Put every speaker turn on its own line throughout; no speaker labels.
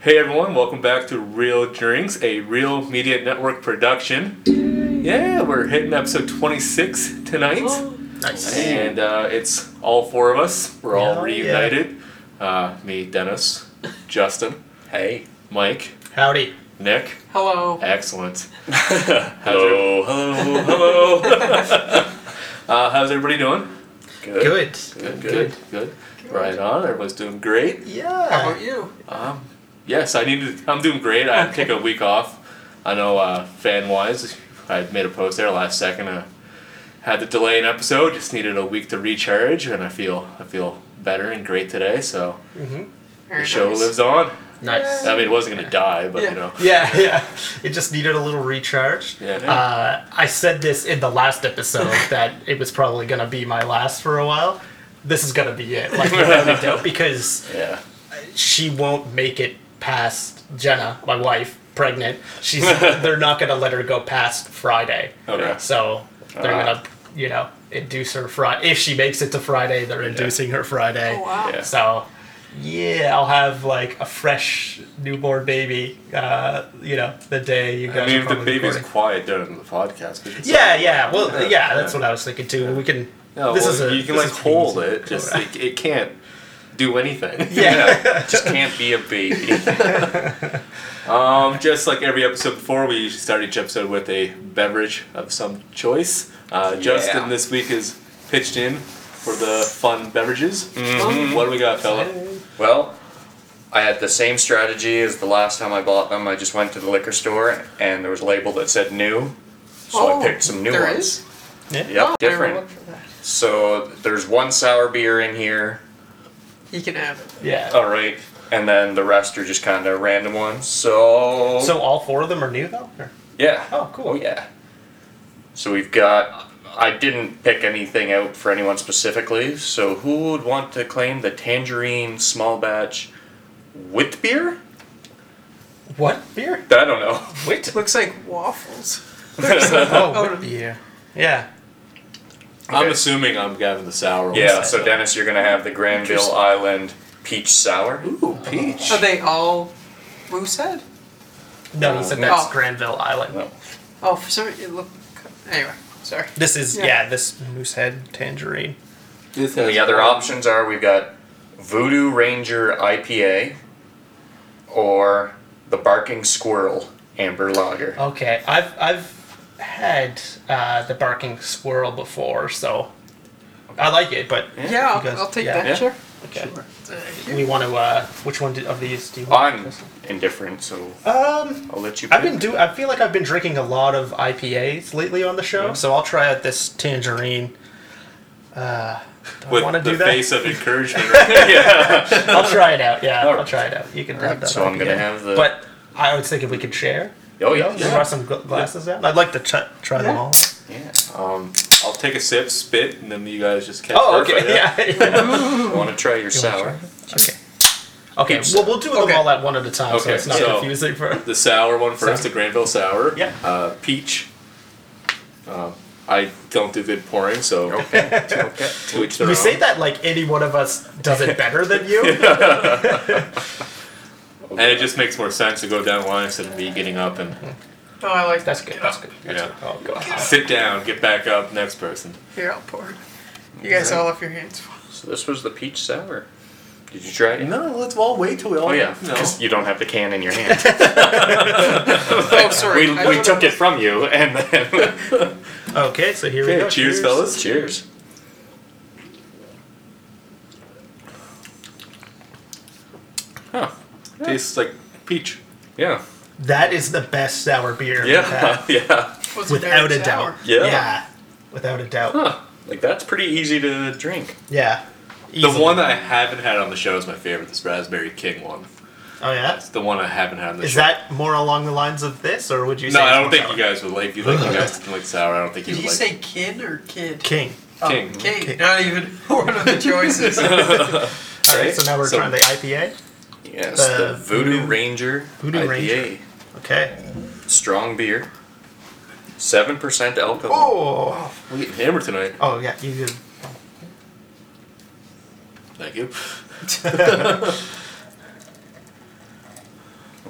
Hey everyone, welcome back to Real Drinks, a Real Media Network production. Yeah, we're hitting episode 26 tonight.
Oh, Nice.
And uh, it's all four of us. We're all
Yeah.
reunited. Uh, me, Dennis, Justin,
Hey.
Mike,
Howdy.
Nick.
Hello.
Excellent. hello, hello, hello. uh, how's everybody doing?
Good.
Good, good, good. Right on. Everyone's doing great.
How
Yeah.
about you?
Um, yes, I need to. I'm doing great. I took a week off. I know, uh, fan wise, I made a post there last second. Uh, had to delay an episode. Just needed a week to recharge, and I feel I feel better and great today. So
Mm-hmm.
Very
the show
nice.
lives on.
Nice.
I mean, it wasn't gonna die, but you know.
Yeah, yeah. It just needed a little recharge.
Yeah.
Uh, I said this in the last episode that it was probably gonna be my last for a while. This is gonna be it, like without a doubt, because
yeah.
she won't make it past Jenna, my wife, pregnant. She's they're not gonna let her go past Friday.
Okay.
So they're
Ah.
gonna, you know, induce her Friday. If she makes it to Friday, they're inducing her Friday.
Oh, wow.
Yeah.
So, yeah, I'll have like a fresh newborn baby. Uh, you know, the day you guys.
I mean,
are
if the
probably
baby's
recording.
quiet during the podcast, we can
Yeah, yeah. Well, yeah,
Yeah.
that's what I was thinking too. We can.
No,
this
well,
is a,
you can
this
like
is
hold
easy.
it. Just it, it can't do anything.
Yeah.
Just can't be a baby.
Um, just like every episode before, we usually start each episode with a beverage of some choice. Uh, Justin this week is pitched in for the fun beverages.
Mm-hmm.
What do we got, fella?
well, I had the same strategy as the last time I bought them. I just went to the liquor store and there was a label that said new. So
Oh,
I picked some new
there
ones.
is?
Yep,
Oh, I never
different.
looked for that.
So there's one sour beer in here.
You can have it.
Yeah.
All right. And then the rest are just kind of random ones. So,
So all four of them are new though. Or-
yeah.
Oh, cool.
Oh yeah. So we've got. I didn't pick anything out for anyone specifically. So who would want to claim the tangerine small batch wit beer?
What beer?
I don't know.
Wait.
Looks like waffles.
Oh, what beer? Yeah.
I'm
Okay.
assuming I'm having the sour. one.
Yeah. So Dennis, you're gonna have the Granville
Interesting.
Island peach sour.
Ooh, peach.
Are they all moosehead?
No, he said that's
Oh.
Granville Island.
No.
Oh, for some reason, it looked. Anyway, sorry.
This is
Yeah.
yeah. this Moosehead Tangerine.
This
And
has
the other
one.
options are we've got Voodoo Ranger IPA or the Barking Squirrel Amber Lager.
Okay, I've I've had uh, the barking squirrel before, so I like it. But
Yeah,
you
I'll,
guys-
I'll take
yeah.
that,
yeah.
sure.
Okay.
Thank
Do
you.
we want to. Uh, which one do, of these do you want?
I'm indifferent, so
Um,
I'll let you. Pick.
I've been do. I feel like I've been drinking a lot of IPAs lately on the show, so I'll try out this tangerine. Uh, do I
With
want to
the
do that?
face of encouragement. Right there. yeah.
I'll try it out. Yeah, I'll
Alright.
try it out. You can have
Alright,
that.
so I'm gonna
IPA.
have the-
But I would think if we could share.
Oh yeah.
You brought some gl- glasses out. I'd like to try, try them all.
Yeah.
Um, I'll take a sip, spit, and then you guys just catch.
Oh,
perfect.
okay. Yeah.
Want to try your sour?
Okay. Okay.
Peach
Well, we'll do them
Okay.
all at one at a time, so
Okay,
it's not
so-
confusing for.
The sour one first,
Sour.
the Granville sour.
Yeah.
Uh, peach. Um, I don't do good pouring, so
Okay. okay.
to each their
You
own.
say that like any one of us does it better than you.
And it just makes more sense to go down the line instead of me getting up and
Oh, I like
That's good. That's good.
you know
Oh god.
sit down, get back up, next person.
Here, I'll pour. You guys all have your hands full.
So this was the peach sour. Did you try it?
No, let's all wait till we all.
Oh yeah.
No.
Because you don't have the can in your hand.
Oh, sorry.
we
I
we
don't
took it from you and then.
Okay, so here we
Okay,
go.
cheers, fellas.
Cheers. Huh.
Tastes like peach.
Yeah.
That is the best sour beer. we've
Yeah. Yeah.
know. Was it
without a
very sour?
doubt.
Yeah.
without a doubt.
Huh. Like that's pretty easy to drink.
Yeah.
The
Easily.
one that I haven't had on the show is my favorite. This Raspberry King one.
Oh yeah.
It's the one I haven't had on the
Is
show.
that more along the lines of this, or would you?
no,
say
I
it's
don't
more
think
sour?
you guys would like. You like you guys didn't like sour. I don't think you
Did
would like.
you say kin or kid?
King.
King.
Oh, king.
King.
Not even one of the choices.
All right, so now we're
So-
trying the IPA.
Yes.
The
The, Voodoo,
Voodoo-
Ranger
Voodoo
IPA.
Ranger. Okay.
Strong beer. Seven percent alcohol.
Oh.
We get hammered tonight.
Oh yeah. You did.
Thank you.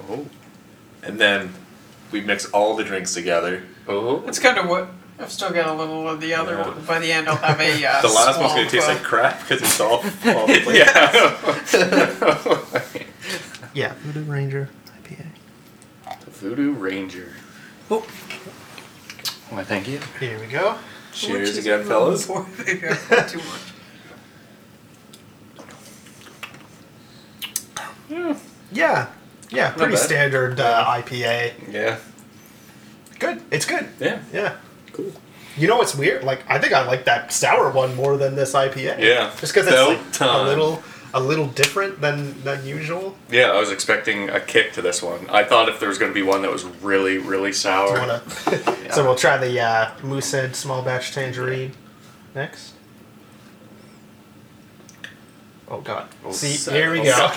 Oh.
and then we mix all the drinks together.
Oh.
That's kind of what. I've still got a little of the other
Yeah.
one. By the end, I'll have a. Uh,
The last
small
one's gonna taste
club.
like crap because it's all, all the place.
Yeah.
Yeah, Voodoo Ranger IPA.
The Voodoo Ranger.
Oh.
Why, thank you.
Here we go.
Cheers
Which is
again,
even
fellas.
more than I put too much.
Yeah, yeah, pretty
bad.
standard uh, IPA.
Yeah.
Good, it's good.
Yeah.
Yeah.
Cool.
You know what's weird? Like I think I like that sour one more than this IPA.
Yeah.
Just because it's
About
like, a
time.
little a little different than than usual.
Yeah, I was expecting a kick to this one. I thought if there was going to be one that was really, really sour.
Wanna- So we'll try the uh, Moosehead small batch tangerine next. Oh God!
Oh,
See,
sad.
here we
Oh,
go.
Oh,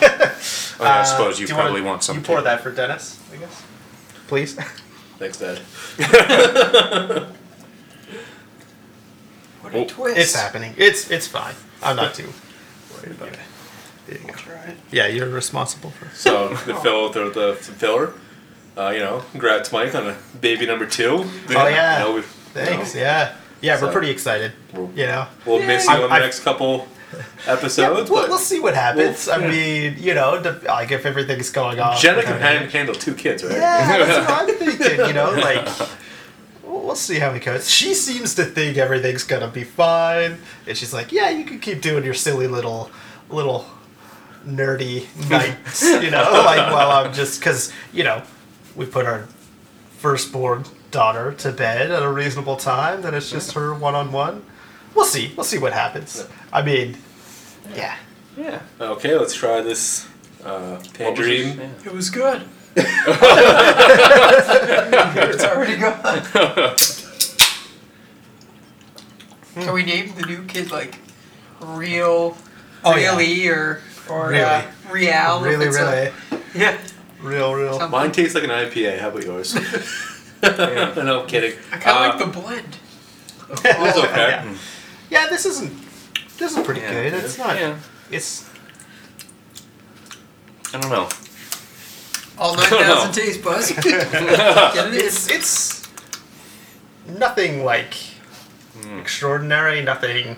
yeah, I
Uh,
suppose you
do
probably
wanna-
want some.
You pour
too.
that for Dennis, I guess. Please.
Thanks, Dad.
What a
Oh.
twist.
it's happening. It's it's fine. I'm not too worried about it. There you go.
That's right.
Yeah, you're responsible for.
So the fill the, the filler, uh, you know, congrats Mike on a baby number two.
Oh, yeah.
You know, we-
Thanks.
you
Yeah. Yeah,
So-
we're pretty excited.
We'll-
You know.
know, We'll miss
Yay.
you on
I- I-
the next couple
Yeah,
episodes,
we'll, we'll
but
see what happens.
We'll-
I mean, you know, dep- like if everything's going on.
Jenna can hand- handle two kids, right?
Yeah, that's what I'm thinking. You know, like we'll we'll see how it goes. She seems to think everything's gonna be fine, and she's like, "Yeah, you can keep doing your silly little little nerdy nights." You know, like while I'm just because you know we put our firstborn daughter to bed at a reasonable time. Then it's just her one on one. We'll see. We'll see what happens. I mean, yeah.
Yeah.
Okay, let's try this uh,
What was it?
tangerine.
It was good. it's already gone.
Yeah.
Can we name the new kid like real,
Oh, yeah.
really, or or uh, real? if
Really,
it's a-
really,
yeah.
real, real.
Some-
Mine tastes like an IPA. How about yours? no, I'm kidding.
I kind of
Uh,
like the blend.
It's okay.
Yeah. Yeah, this isn't. This is pretty
Yeah,
good.
it
It's not.
Yeah.
It's
I don't know.
All nine thousand taste buds. Get it?
it's it's nothing like extraordinary. Nothing.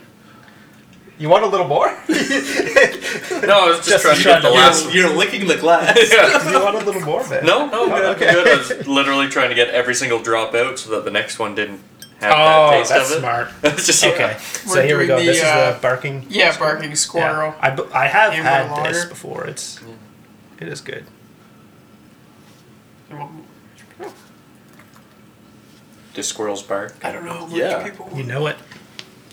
You want a little more? you
No, I was just,
Just
trying to get
trying
the
to-
last.
You're licking the glass.
Yeah.
want a little more, man?
No, no,
Oh,
good.
okay.
good. I was literally trying to get every single drop out so that the next one didn't have
Oh,
that taste
that's
of it.
smart.
That's just
Okay, so
We're
here we
doing
go.
the,
this is
uh,
the barking.
Yeah, barking squirrel.
Yeah. I, bu- I have
Amber
had this
lager.
before. It's it is good.
Do squirrels bark?
I don't know how much
Yeah.
people.
You know it.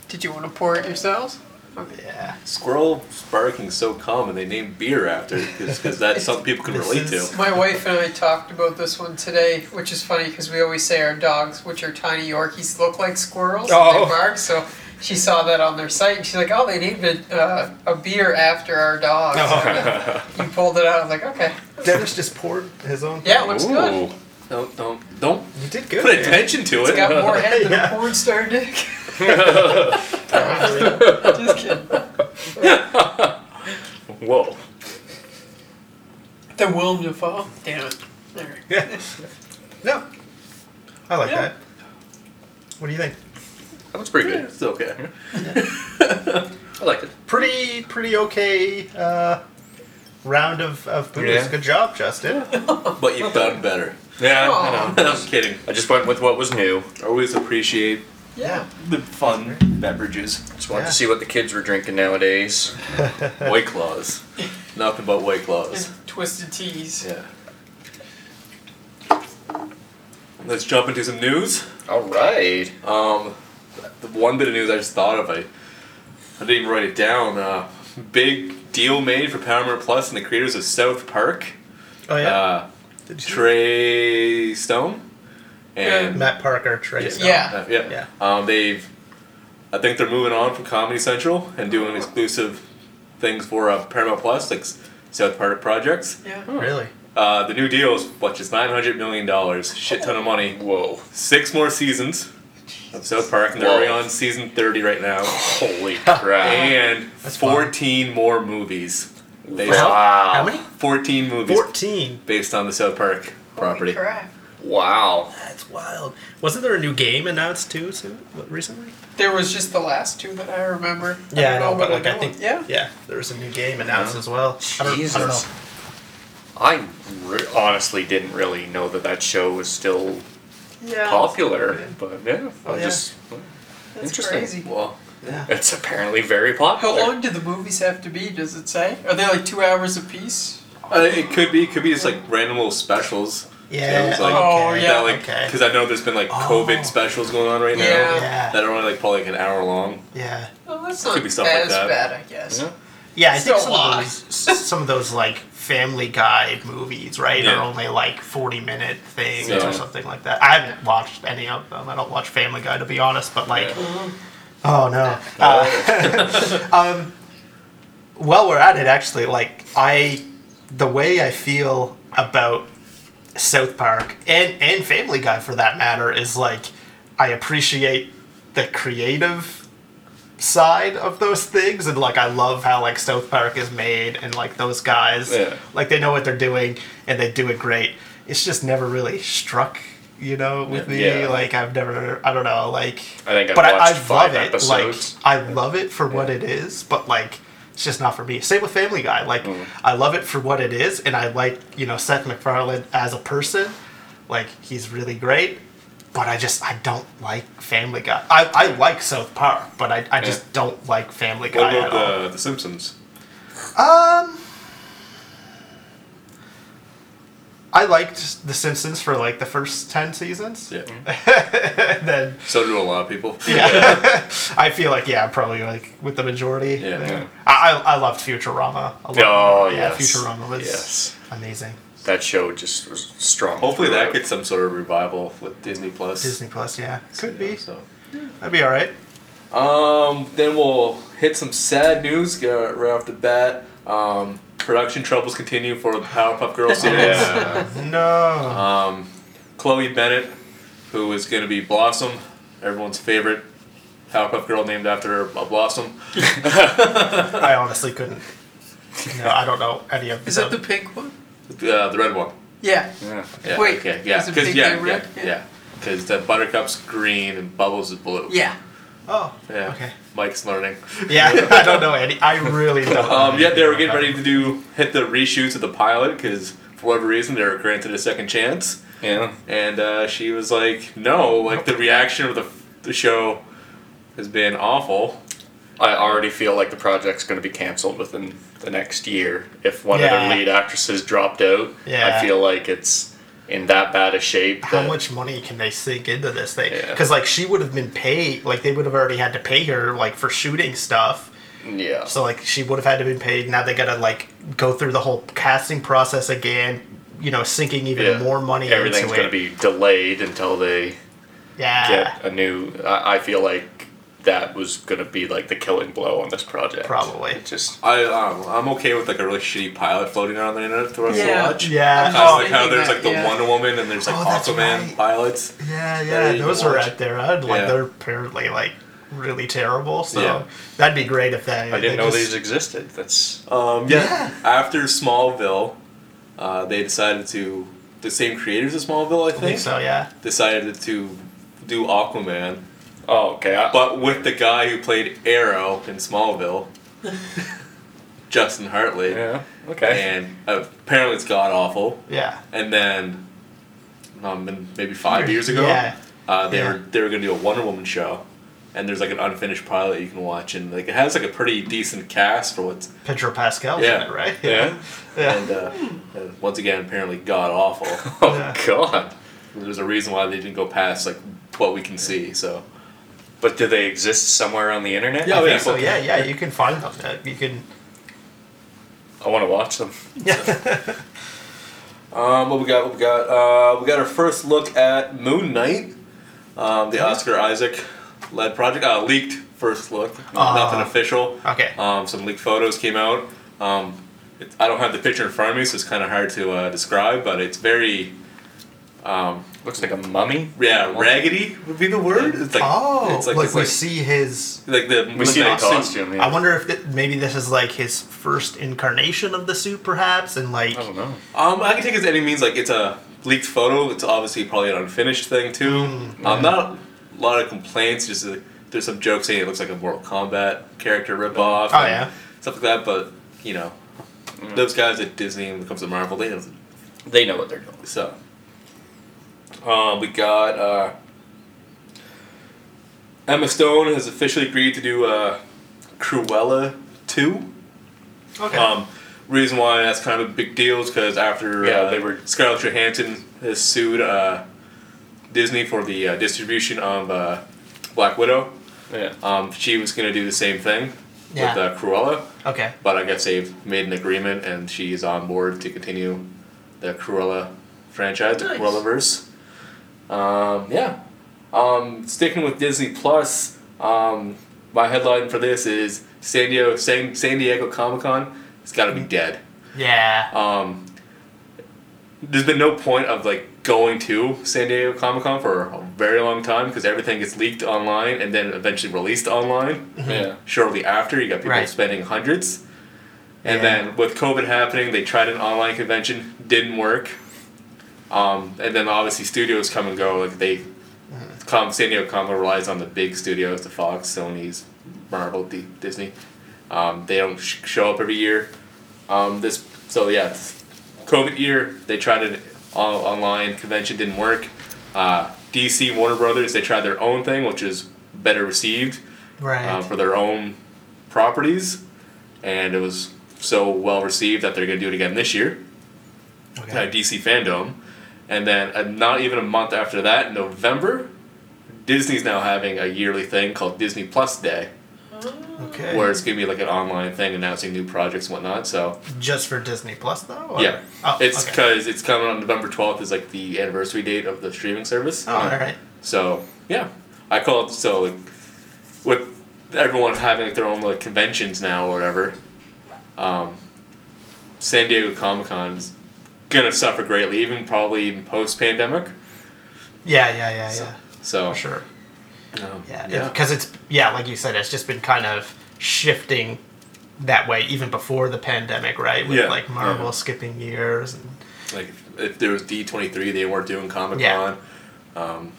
Did you want to pour it yourselves?
Oh, Yeah.
Squirrel barking's so common. They name beer after because that's something people can
This
relate
is-
to.
My wife and I talked about this one today, which is funny because we always say our dogs, which are tiny Yorkies, look like squirrels.
Oh.
And they bark. So she saw that on their site and she's like, oh, they named a, uh, a beer after our dog.
Oh.
So you pulled it out. I was like, okay.
Dennis just poured his own.
Yeah, it looks good.
Ooh.
Don't don't don't
You did good.
put
man.
attention to
It's
it.
got more head than a
Yeah.
porn star dick. Just kidding.
Whoa.
The Willem Dafoe. Damn it. There.
Yeah. No. I like
Yeah.
that. What do you think?
That looks pretty good.
It's okay.
I liked it.
Pretty pretty okay uh, round of, of booze.
Yeah.
Good job, Justin.
But you've done better.
Yeah,
Aw.
I know.
I'm kidding.
I just went with what was new.
Always appreciate
Yeah.
the fun beverages.
Just wanted
Yeah.
to see what the kids were drinking nowadays.
White claws. Nothing but white claws.
And twisted tees.
Yeah. Let's jump into some news.
All right.
Um, the one bit of news I just thought of, I, I didn't even write it down. Uh, big deal made for Paramount Plus and the creators of South Park.
Oh yeah.
Uh,
Did you
Trey Stone and
Matt Parker, Trey. Stone.
Yeah.
uh, yeah.
Yeah.
Um, they've, I think they're moving on from Comedy Central and doing exclusive things for uh, Paramount Plus, like s- South Park projects.
Yeah.
Really?
Uh, the new deal is what is nine hundred million dollars, shit ton of money.
Whoa.
Six more seasons of South Park, and they're
Whoa.
already on season thirty right now,
Holy crap.
and
That's fun.
fourteen more movies. They
How-
saw
Wow.
How many?
14 movies
Fourteen.
based on the South Park property.
Holy crap.
Wow.
That's wild. Wasn't there a new game announced too soon, what, recently?
There was just the last two that I remember.
Yeah,
don't
I know, but
what
like I
other
think
one- Yeah.
yeah, there was a new game announced
Yeah.
as well. I don't, I don't know.
Jesus. I re- honestly didn't really know that that show was still
Yeah.
popular, but yeah,
Oh,
I
yeah.
just
That's
interesting.
crazy.
Well, yeah.
it's apparently very
How
popular.
long do the movies have to be? Does it say? Are they like two hours apiece?
Uh, it could be, could be just like random little specials.
Yeah.
It was like-
Oh,
okay.
yeah,
that, like,
okay.
Because I know there's been like
Oh.
COVID specials going on right now.
Yeah.
Yeah.
That are only like probably like an hour long.
Yeah.
Well, that's not
Could be
as
stuff like that.
bad, I guess.
Yeah.
Yeah, I think
Still
some
a lot.
of those s- some of those like Family Guy movies, right,
Yeah.
are only like forty minute things
Yeah.
or something like that. I haven't watched any of them. I don't watch Family Guy to be honest, but like, oh no. Uh, um, while we're at it, actually, like I, the way I feel about South Park and and Family Guy for that matter is like I appreciate the creative side of those things and like I love how like South Park is made and like those guys
Yeah.
like they know what they're doing and they do it great. It's just never really struck, you know, with me.
Yeah.
Like I've never I don't know, like
I think I've
but I, I
watched
love
five
it.
episodes.
Like I love it for what it is, but like it's just not for me. Same with Family Guy. Like
Mm.
I love it for what it is, and I like you know Seth MacFarlane as a person. Like he's really great, but I just I don't like Family Guy. I, I like South Park, but I, I just
Yeah.
don't like Family Guy
What
at all.
about the, the Simpsons?
Um, I liked The Simpsons for like the first ten seasons.
Yeah.
and then
So do a lot of people.
yeah, I feel like yeah, probably like with the majority.
Yeah.
there.
Yeah.
I I I loved Futurama. A lot.
Oh,
yeah,
yes.
Futurama was
Yes.
amazing.
That show just was strong.
Hopefully that
throughout.
gets some sort of revival with Disney Plus.
Disney Plus, yeah, could
You know,
be.
So.
That'd be all right.
Um, then we'll hit some sad news uh, right off the bat. Um, production troubles continue for the Powerpuff Girls series.
Yeah.
No.
Um, Chloe Bennett, who is going to be Blossom, everyone's favorite Powerpuff Girl named after a Blossom.
I honestly couldn't. No, I don't know any of
Is
them.
that the pink one?
Uh, the red one.
Yeah.
Yeah.
Yeah,
Wait,
okay, yeah,
is it
'cause-
big
yeah,
and red?
yeah,
Yeah.
yeah. Because the Buttercup's green and Bubbles is blue.
Yeah.
Oh.
Yeah.
Okay.
Mike's learning.
Yeah, I don't know any. I really don't. know
Um, yeah, they were getting
anything
ready to do hit the reshoots of the pilot because for whatever reason they were granted a second chance.
Yeah.
and uh, she was like, "No, like the reaction of the the show has been awful."
I already feel like the project's going to be canceled within the next year. If one of
Yeah.
their lead actresses dropped out,
Yeah.
I feel like it's in that bad a shape.
How
that-
much money can they sink into this thing?
Yeah.
Because like she would have been paid, like they would have already had to pay her like for shooting stuff.
Yeah.
So like she would have had to be paid. Now they gotta like go through the whole casting process again. You know, sinking even
Yeah.
more money
Everything's
into
going
it. Ah.
to be delayed until they
yeah,
get a new. I, I feel like that was going to be like the killing blow on this project.
Probably.
It just
I um, I'm okay with like a really shitty pilot floating around the internet for us
Yeah.
to watch.
yeah.
Kind
Oh,
of Uh, like how there's like the
yeah.
Wonder Woman and there's like
Oh, that's
Aquaman
right.
pilots.
Yeah,
That
yeah,
you can
those were
watch.
out there. I'd like
Yeah.
they're apparently like really terrible. So
Yeah.
that'd be great if that.
I didn't know these existed. That's
Um, yeah.
Yeah.
After Smallville, uh, they decided to the same creators of Smallville, I think,
I think so. Yeah.
decided to do Aquaman,
oh okay. I,
but with the guy who played Arrow in Smallville, Justin Hartley.
yeah. Okay.
and apparently it's god awful.
Yeah.
And then, um, and maybe five years ago,
Yeah.
uh, they
Yeah.
were they were gonna do a Wonder Woman show, and there's like an unfinished pilot you can watch, and like it has like a pretty decent cast for what's
Pedro Pascal.
Yeah.
Yeah. right.
yeah.
Yeah.
and uh, uh, once again apparently god awful.
Oh
Yeah.
God.
there's a reason why they didn't go past like what we can see. So
But do they exist somewhere on the internet?
Yeah,
I
Oh,
think so.
okay.
Yeah, yeah. You can find them. uh, You can.
I want to watch them.
Yeah.
um, what we got? What we got? Uh, we got our first look at Moon Knight, um, the Oscar Isaac led project. Uh, leaked first look,
Aw.
nothing official.
okay.
Um, some leaked photos came out. Um, it, I don't have the picture in front of me, so it's kind of hard to uh, describe, but it's very Um,
Looks like a mummy.
yeah, raggedy would be the word. It's like
oh,
it's
like,
like, it's
we
like,
see his.
like the
We see the
like,
costume. Yeah.
I wonder if th- maybe this is like his first incarnation of the suit, perhaps, and like.
I don't know.
Um, I can take it as any means. Like it's a leaked photo. It's obviously probably an unfinished thing too.
Mm,
um, not a lot of complaints. Just uh there's some jokes saying it looks like a Mortal Kombat character ripoff.
Oh,
and
yeah.
stuff like that. But you know, those guys at Disney when it comes to Marvel, they don't.
They know what they're doing.
So, um, we got uh, Emma Stone has officially agreed to do uh, Cruella two.
Okay.
Um, reason why that's kind of a big deal is because after
Yeah,
uh,
they were-
Scarlett Johansson has sued uh, Disney for the uh, distribution of uh, Black Widow.
Yeah.
Um, she was going to do the same thing
Yeah.
with uh, Cruella,
okay.
but I guess they've made an agreement and she is on board to continue the Cruella franchise, the
Nice.
Cruellaverse. Um, yeah. Um, sticking with Disney Plus, um, my headline for this is San Diego, San, San Diego Comic Con. It's got to be dead.
Yeah.
Um, there's been no point of like going to San Diego Comic Con for a very long time because everything gets leaked online and then eventually released online.
Yeah.
Shortly after, you got people
Right.
spending hundreds. And
Yeah.
then with COVID happening, they tried an online convention, didn't work. Um, and then obviously studios come and go. Like they, com San Diego Comic Con relies on the big studios, the Fox, Sony's, Marvel, D- Disney. Um, they don't sh- show up every year. Um, this so yeah, it's COVID year they tried an on- online convention didn't work. Uh, DC Warner Brothers they tried their own thing which is better received
Right.
uh, for their own properties, and it was so well received that they're gonna do it again this year
okay.
uh, DC fandom, and then uh, not even a month after that, in November, Disney's now having a yearly thing called Disney Plus Day,
Okay.
where it's gonna be like an online thing announcing new projects and whatnot. So
Just for Disney Plus, though. or-
yeah,
Oh,
it's
okay.
because it's coming on November twelfth is like the anniversary date of the streaming service.
Oh, all right.
So yeah, I call it so like with everyone having like, their own like conventions now or whatever. Um, San Diego Comic Con's gonna suffer greatly, even probably even post pandemic.
Yeah, yeah, yeah, yeah.
So
for sure.
um,
Yeah,
yeah.
because it's yeah, like you said, it's just been kind of shifting that way even before the pandemic, right? With
Yeah,
like Marvel skipping years and
like if, if there was D twenty three, they weren't doing Comic Con.
Yeah.
Um,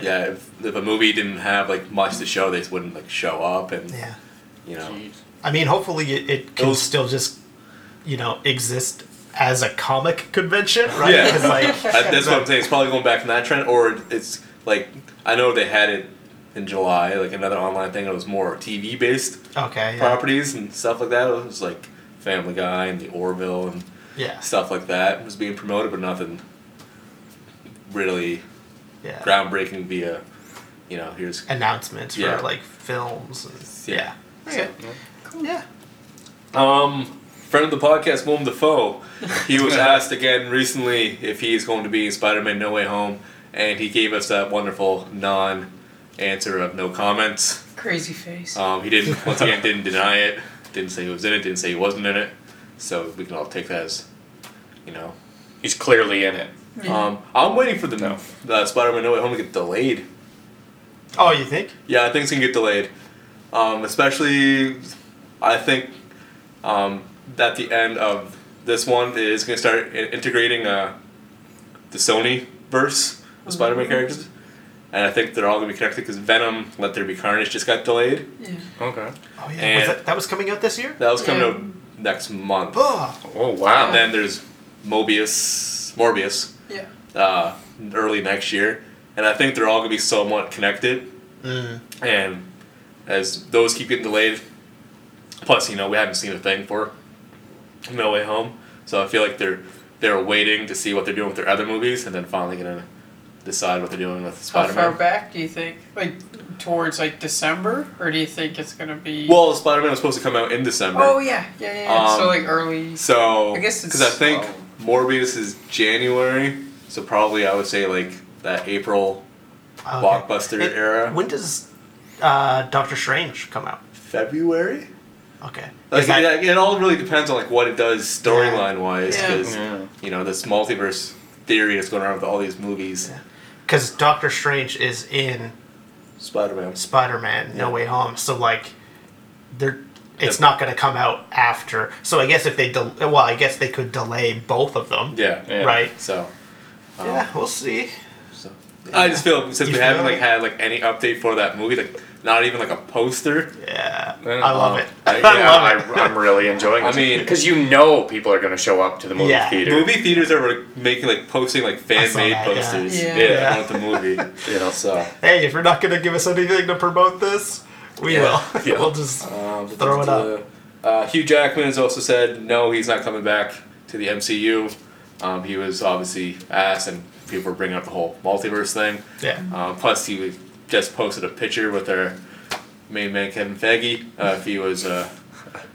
yeah, if, if a movie didn't have like much to show, they just wouldn't like show up, and
yeah.
you know,
Jeez.
I mean, hopefully it, it can
Those-
still just you know exist as a comic convention, right?
Yeah.
'Cause, like
I, that's what I'm saying. It's probably going back to that trend, or it's like I know they had it in July, like another online thing that was more TV based
okay, yeah,
properties and stuff like that. It was like Family Guy and the Orville and
yeah,
stuff like that was being promoted, but nothing really
yeah.
groundbreaking via, you know, here's
announcements
Yeah.
for like films. and-
Yeah.
yeah. Okay. Yeah.
Um, friend of the podcast, Willem Dafoe, he was asked again recently if he is going to be in Spider-Man No Way Home, and he gave us that wonderful non-answer of no comments.
Crazy face.
Um, he didn't once again didn't deny it, didn't say he was in it, didn't say he wasn't in it, so we can all take that as, you know.
He's clearly in it.
Yeah.
Um, I'm waiting for the
No.
uh, Spider-Man No Way Home to get delayed.
Oh, you think?
Yeah, I think it's gonna get delayed. Um, especially, I think um, that the end of this one is gonna start I- integrating uh, the Sony verse of
Mm-hmm.
Spider-Man characters, and I think they're all gonna be connected because Venom, Let There Be Carnage, just got delayed.
yeah.
Okay.
Oh yeah.
And-
was that, that was coming out this year?
That was coming
Yeah.
out next month.
Oh,
Oh wow.
And then there's Mobius, Morbius,
Yeah.
uh, early next year, and I think they're all gonna be somewhat connected.
Mm.
And as those keep getting delayed, plus you know we haven't seen a thing for No Way Home, so I feel like they're they're waiting to see what they're doing with their other movies, and then finally gonna decide what they're doing with
How
Spider
far
Man.
back do you think? Like towards like December, or do you think it's gonna be?
Well, Spider Man was supposed to come out in December,
oh yeah, yeah, yeah. yeah. so
Um,
like early.
so
I guess it's-
because I think
Wow.
Morbius is January, so probably I would say like that April
Okay.
blockbuster
It-
era.
When does uh, Doctor Strange come out?
February.
Okay.
Like,
Is that-
it, it all really depends on like what it does storyline wise,
Yeah.
because
Yeah.
you know this multiverse theory that's going around with all these movies.
Because Doctor Strange is in
Spider Man.
Spider Man No
Yeah.
Way Home, so like, they're it's
Yep.
not going to come out after. So I guess if they del well, I guess they could delay both of them,
Yeah.
Yeah.
right?
So. um,
yeah, we'll see.
So. I just feel since
You
we haven't
feel
like
it?
had like any update for that movie, like not even like a poster.
Yeah,
Yeah.
I love it.
I,
I,
yeah,
love
I,
it.
I'm really enjoying.
I
This.
mean-
because you know people are going to show up to the movie
Yeah.
theater.
Movie theaters are like, making like posting like fan
saw
made
that, yeah.
posters.
Yeah.
Yeah.
with the movie.
You know, so-
So
hey, if you're not going to give us anything to promote this, we
Yeah.
will.
Yeah.
Uh, we'll just
um,
Throw it up.
Uh, Hugh Jackman has also said no, he's not coming back to the MCU. Um, he was obviously asked, and people were bringing up the whole multiverse thing.
yeah.
Um, plus, he was- just posted a picture with our main man Kevin Feige. Uh, if he was, uh,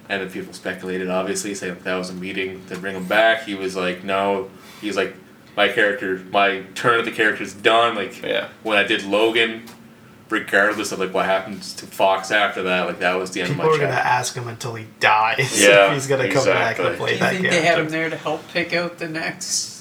and then people speculated, obviously, saying that was a meeting to bring him back. He was like, no. He's like, my character, my turn at the character's done. Like
Yeah.
when I did Logan, regardless of like what happens to Fox after that, like that was the end
People
of
are
my
gonna
chapter.
ask him until he dies.
Yeah,
if he's gonna come back
exactly.
and
Do
play
you
that
think they
game.
had him there to help pick out the next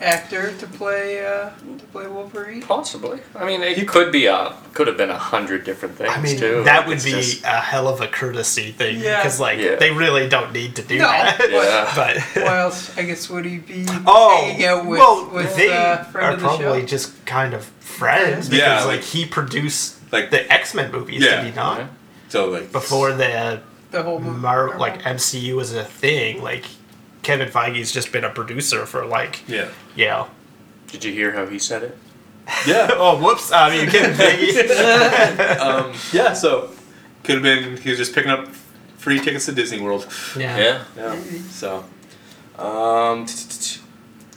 actor to play uh, to play Wolverine?
Possibly. I mean, it could be a could have been a hundred different things
I mean,
too.
that
Like,
would
it's
be
just-
a hell of a courtesy thing
Yeah.
because, like,
Yeah.
they really don't need to do
No.
that.
Yeah.
But
Who else? I guess would he be
oh,
hanging out with,
well,
with
they
uh,
are
friend of the
probably
show?
just kind of friends
Yeah,
because,
like-
like, he produced
like-
the X Men movies,
Yeah.
did he not?
Yeah.
So like
Before the
the whole movie.
Mar- like MCU was a thing, like Kevin Feige's just been a producer for like
Yeah.
you know.
Did you hear how he said it?
Yeah.
Oh, whoops! I mean, Kevin Feige.
um, yeah. So could have been he was just picking up free tickets to Disney World. Yeah. So, um, t- t- t-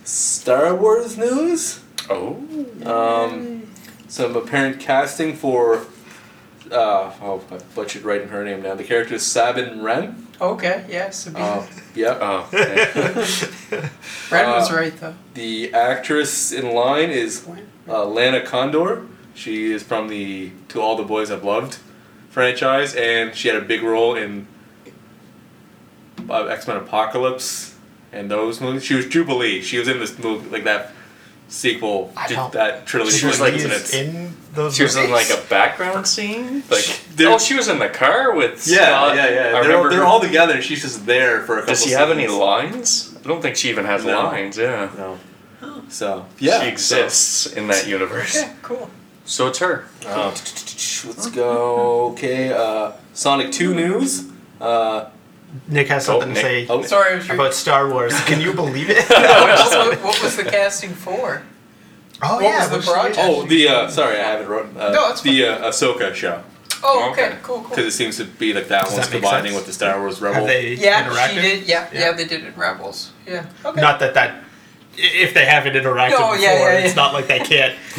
Star Wars news.
Oh.
Um, some apparent casting for. Uh, oh, I butchered writing her name now. The character is Sabin Wren.
okay, yeah, Sabina.
Uh, yep.
Oh. okay.
Ren was
uh,
right though.
The actress in line is uh, Lana Condor. She is from the To All the Boys I've Loved franchise, and she had a big role in uh, X Men Apocalypse and those movies. She was Jubilee. She was in this movie, like that sequel,
I
ju-
don't-
that trilogy.
She was,
of
like,
movies, and
He's
it's-
in those.
She was in like
movies?
a background scene. Like
There-
oh, she was in the car with
yeah,
Scott.
yeah, yeah.
I
They're,
remember
all- they're
her-
all together. and She's just there for a couple.
Does she have any
seconds.
lines? I don't think she even has
No.
lines. Yeah.
No. So yeah,
She exists in that universe.
Yeah, cool.
So it's her.
So, um, let's go. Okay, uh, Sonic Two news. Uh,
Nick has something
Oh,
to
Nick.
say
oh,
Sorry, I was
about
reading.
Star Wars. Can you believe it?
what, what was the casting for?
oh
What was the
we're seeing-
project?
Oh, the uh, sorry, I haven't wrote uh,
No, that's
the uh, Ahsoka show
Oh, okay,
Okay.
cool, cool.
because it seems to be like that
Does
one's
that make
combining
sense?
with the Star Wars Rebel.
Have they
Yeah,
interacted?
she did. Yeah, yeah,
Yeah.
they did it in Rebels. Yeah. Okay.
Not that that. i- If they haven't interacted
No,
before,
yeah, yeah,
it's
yeah.
not like they can't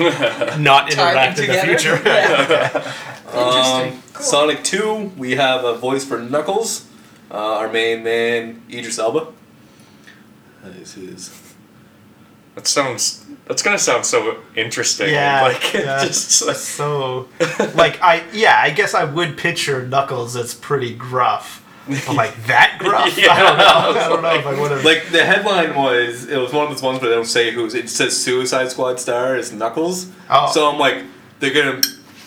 not
Tie them
interact in the
together.
future.
Yeah. Interesting.
Um,
cool.
Sonic Two, we have a voice for Knuckles, uh, our main man Idris Elba. That is his.
That sounds. That's gonna sound so interesting.
Yeah,
Like
yeah.
just like,
So, like, I yeah, I guess I would picture Knuckles as pretty gruff. But like that gruff, I don't know. I don't know if I would have.
Like the headline was, it was one of those ones where they don't say who's. It says Suicide Squad star is Knuckles.
Oh.
So I'm like, they're gonna,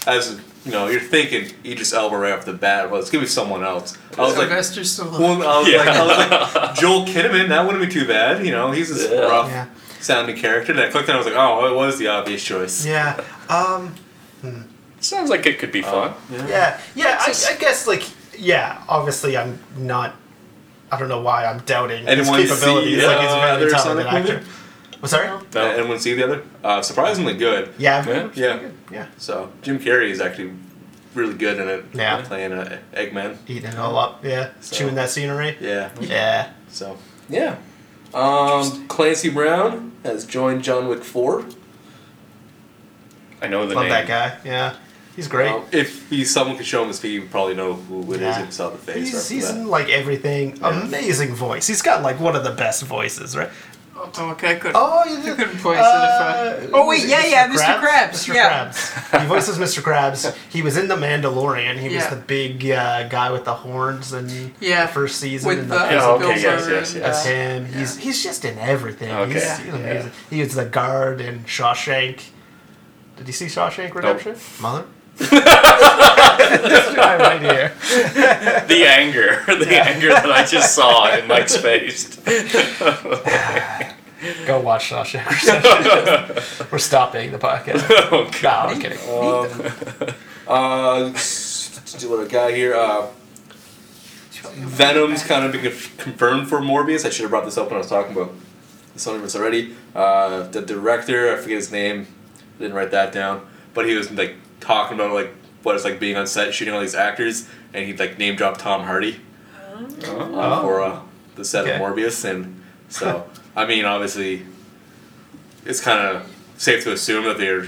as you know, you're thinking Idris Elba right off the bat. Well, it's gonna be someone else. I was like,
Sylvester Stallone.
Well, I was,
Yeah.
like, I was like, Joel Kinnaman, that wouldn't be too bad. You know, he's this
Yeah.
rough
Yeah.
sounding character. And I clicked on it, I was like, oh, it was the obvious choice.
yeah, um,
sounds like it could
Uh,
be fun.
yeah, yeah. I,
It's just-
I guess like yeah. Obviously, I'm not. I don't know why I'm doubting
Anyone
his capabilities.
see,
like he's a
uh,
very
their
talented
Sonic
actor.
movie?
Well, sorry.
No.
Uh, anyone see the other? Uh, surprisingly good.
Yeah.
Yeah.
Yeah.
Yeah.
So Jim Carrey is actually really good in it.
Yeah.
Playing uh, Eggman.
Eating it all up. Yeah.
So-
Chewing that scenery.
Yeah.
Yeah.
So yeah. Um, Clancy Brown has joined John Wick Four.
I know the
Love
name.
that guy. Yeah. He's great.
Um, if he, someone could show him his feet, you would probably know who it is
Yeah.
if you saw the face.
He's,
or
he's
that.
in like everything.
Yeah.
Amazing voice. He's got like one of the best voices, right?
Oh,
Hunt.
Oh, okay, I couldn't.
Oh, you
I
did.
couldn't quite
Uh,
identify. Oh wait,
was it
yeah, yeah, Mr. Krabs.
Mr.
yeah.
Krabs. He voices Mr. Krabs. He was in The Mandalorian. He was
Yeah.
the big uh, guy with the horns in
Yeah,
the first season.
With
and
the
the
Yeah,
Bill
okay, yes,
Burr
yes,
and,
yes.
That's
uh,
him. He's he's just in everything.
Okay.
He's,
Yeah.
he's amazing.
Yeah.
He was the guard in Shawshank. Did you see Shawshank Redemption? Mother. I have an idea.
the anger, the anger that I just saw in Mike's face.
Go watch Shawshank Redemption. We're stopping the podcast.
Oh, God.
No, I'm kidding.
Um, uh, let's do what I got here. Uh, Venom's kind of been conf- confirmed for Morbius. I should have brought this up when I was talking about the Sonyverse already. Uh, the director, I forget his name, didn't write that down, but he was like talking about like what it's like being on set shooting all these actors, and he like name dropped Tom Hardy uh, for uh, the set
Okay.
of Morbius, and so I mean obviously it's kind of safe to assume that they're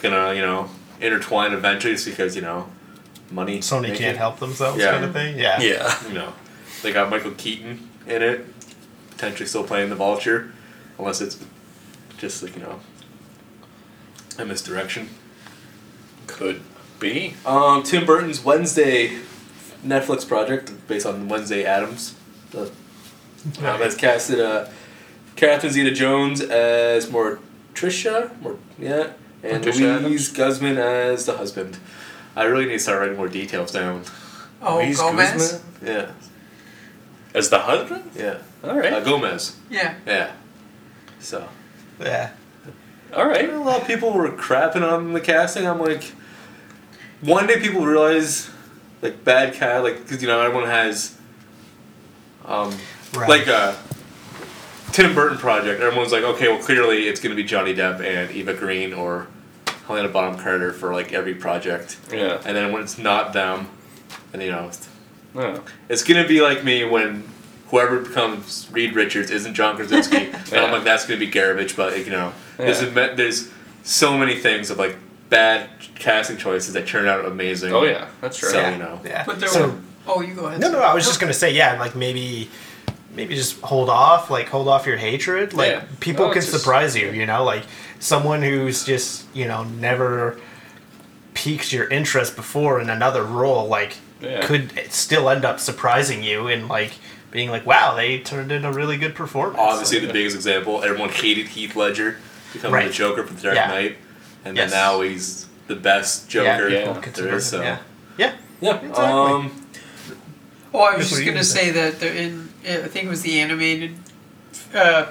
gonna you know intertwine eventually, just because you know money.
Sony
make it.
can't help themselves,
Yeah.
kind of thing. Yeah.
Yeah.
You know, they got Michael Keaton in it, potentially still playing the Vulture, unless it's just like you know a misdirection.
Could be.
Um, Tim Burton's Wednesday Netflix project based on Wednesday Adams. The, um, has casted uh, Catherine Zeta Jones as Morticia, Mort- yeah, and
Morticia
Louise Guzman as the husband. I really need to start writing more details down.
Oh,
Luis
Gomez.
Guzman?
Yeah,
As the husband?
yeah.
All right.
Uh, Gomez,
Yeah.
yeah. So
Yeah.
All
a
right.
lot of people were crapping on the casting. I'm like, one day people realize, like bad cat, like because you know everyone has, um,
Right.
like a Tim Burton project. Everyone's like, okay, well clearly it's gonna be Johnny Depp and Eva Green or Helena Bonham Carter for like every project,
Yeah.
and then when it's not them, and you know, it's-
Yeah.
it's gonna be like me when. Whoever becomes Reed Richards isn't John Krasinski. And I'm
Yeah.
like, that's gonna be garbage, but like, you know, there's
Yeah.
a me- there's so many things of like bad casting choices that turn out amazing.
Oh, yeah. That's right.
So,
yeah.
you know.
Yeah.
But there
so,
were. Oh, you go ahead.
No, no, I was just gonna say, yeah, like maybe, maybe just hold off, like hold off your hatred. Like
Yeah.
people
No,
can
it's just-
surprise you, you know, like someone who's just you know never piqued your interest before in another role, like
Yeah.
could still end up surprising you and like being like, wow, they turned in a really good performance.
Obviously, the biggest example everyone hated Heath Ledger becoming
Right.
the Joker for the Dark
Yeah.
Knight, and
Yes.
then now he's the best
Yeah,
Joker
yeah.
there is. So
yeah, yeah,
Yeah,
Exactly.
um,
Oh, I was
That's what
just
you
gonna
can
say that they're in. I think it was the animated uh,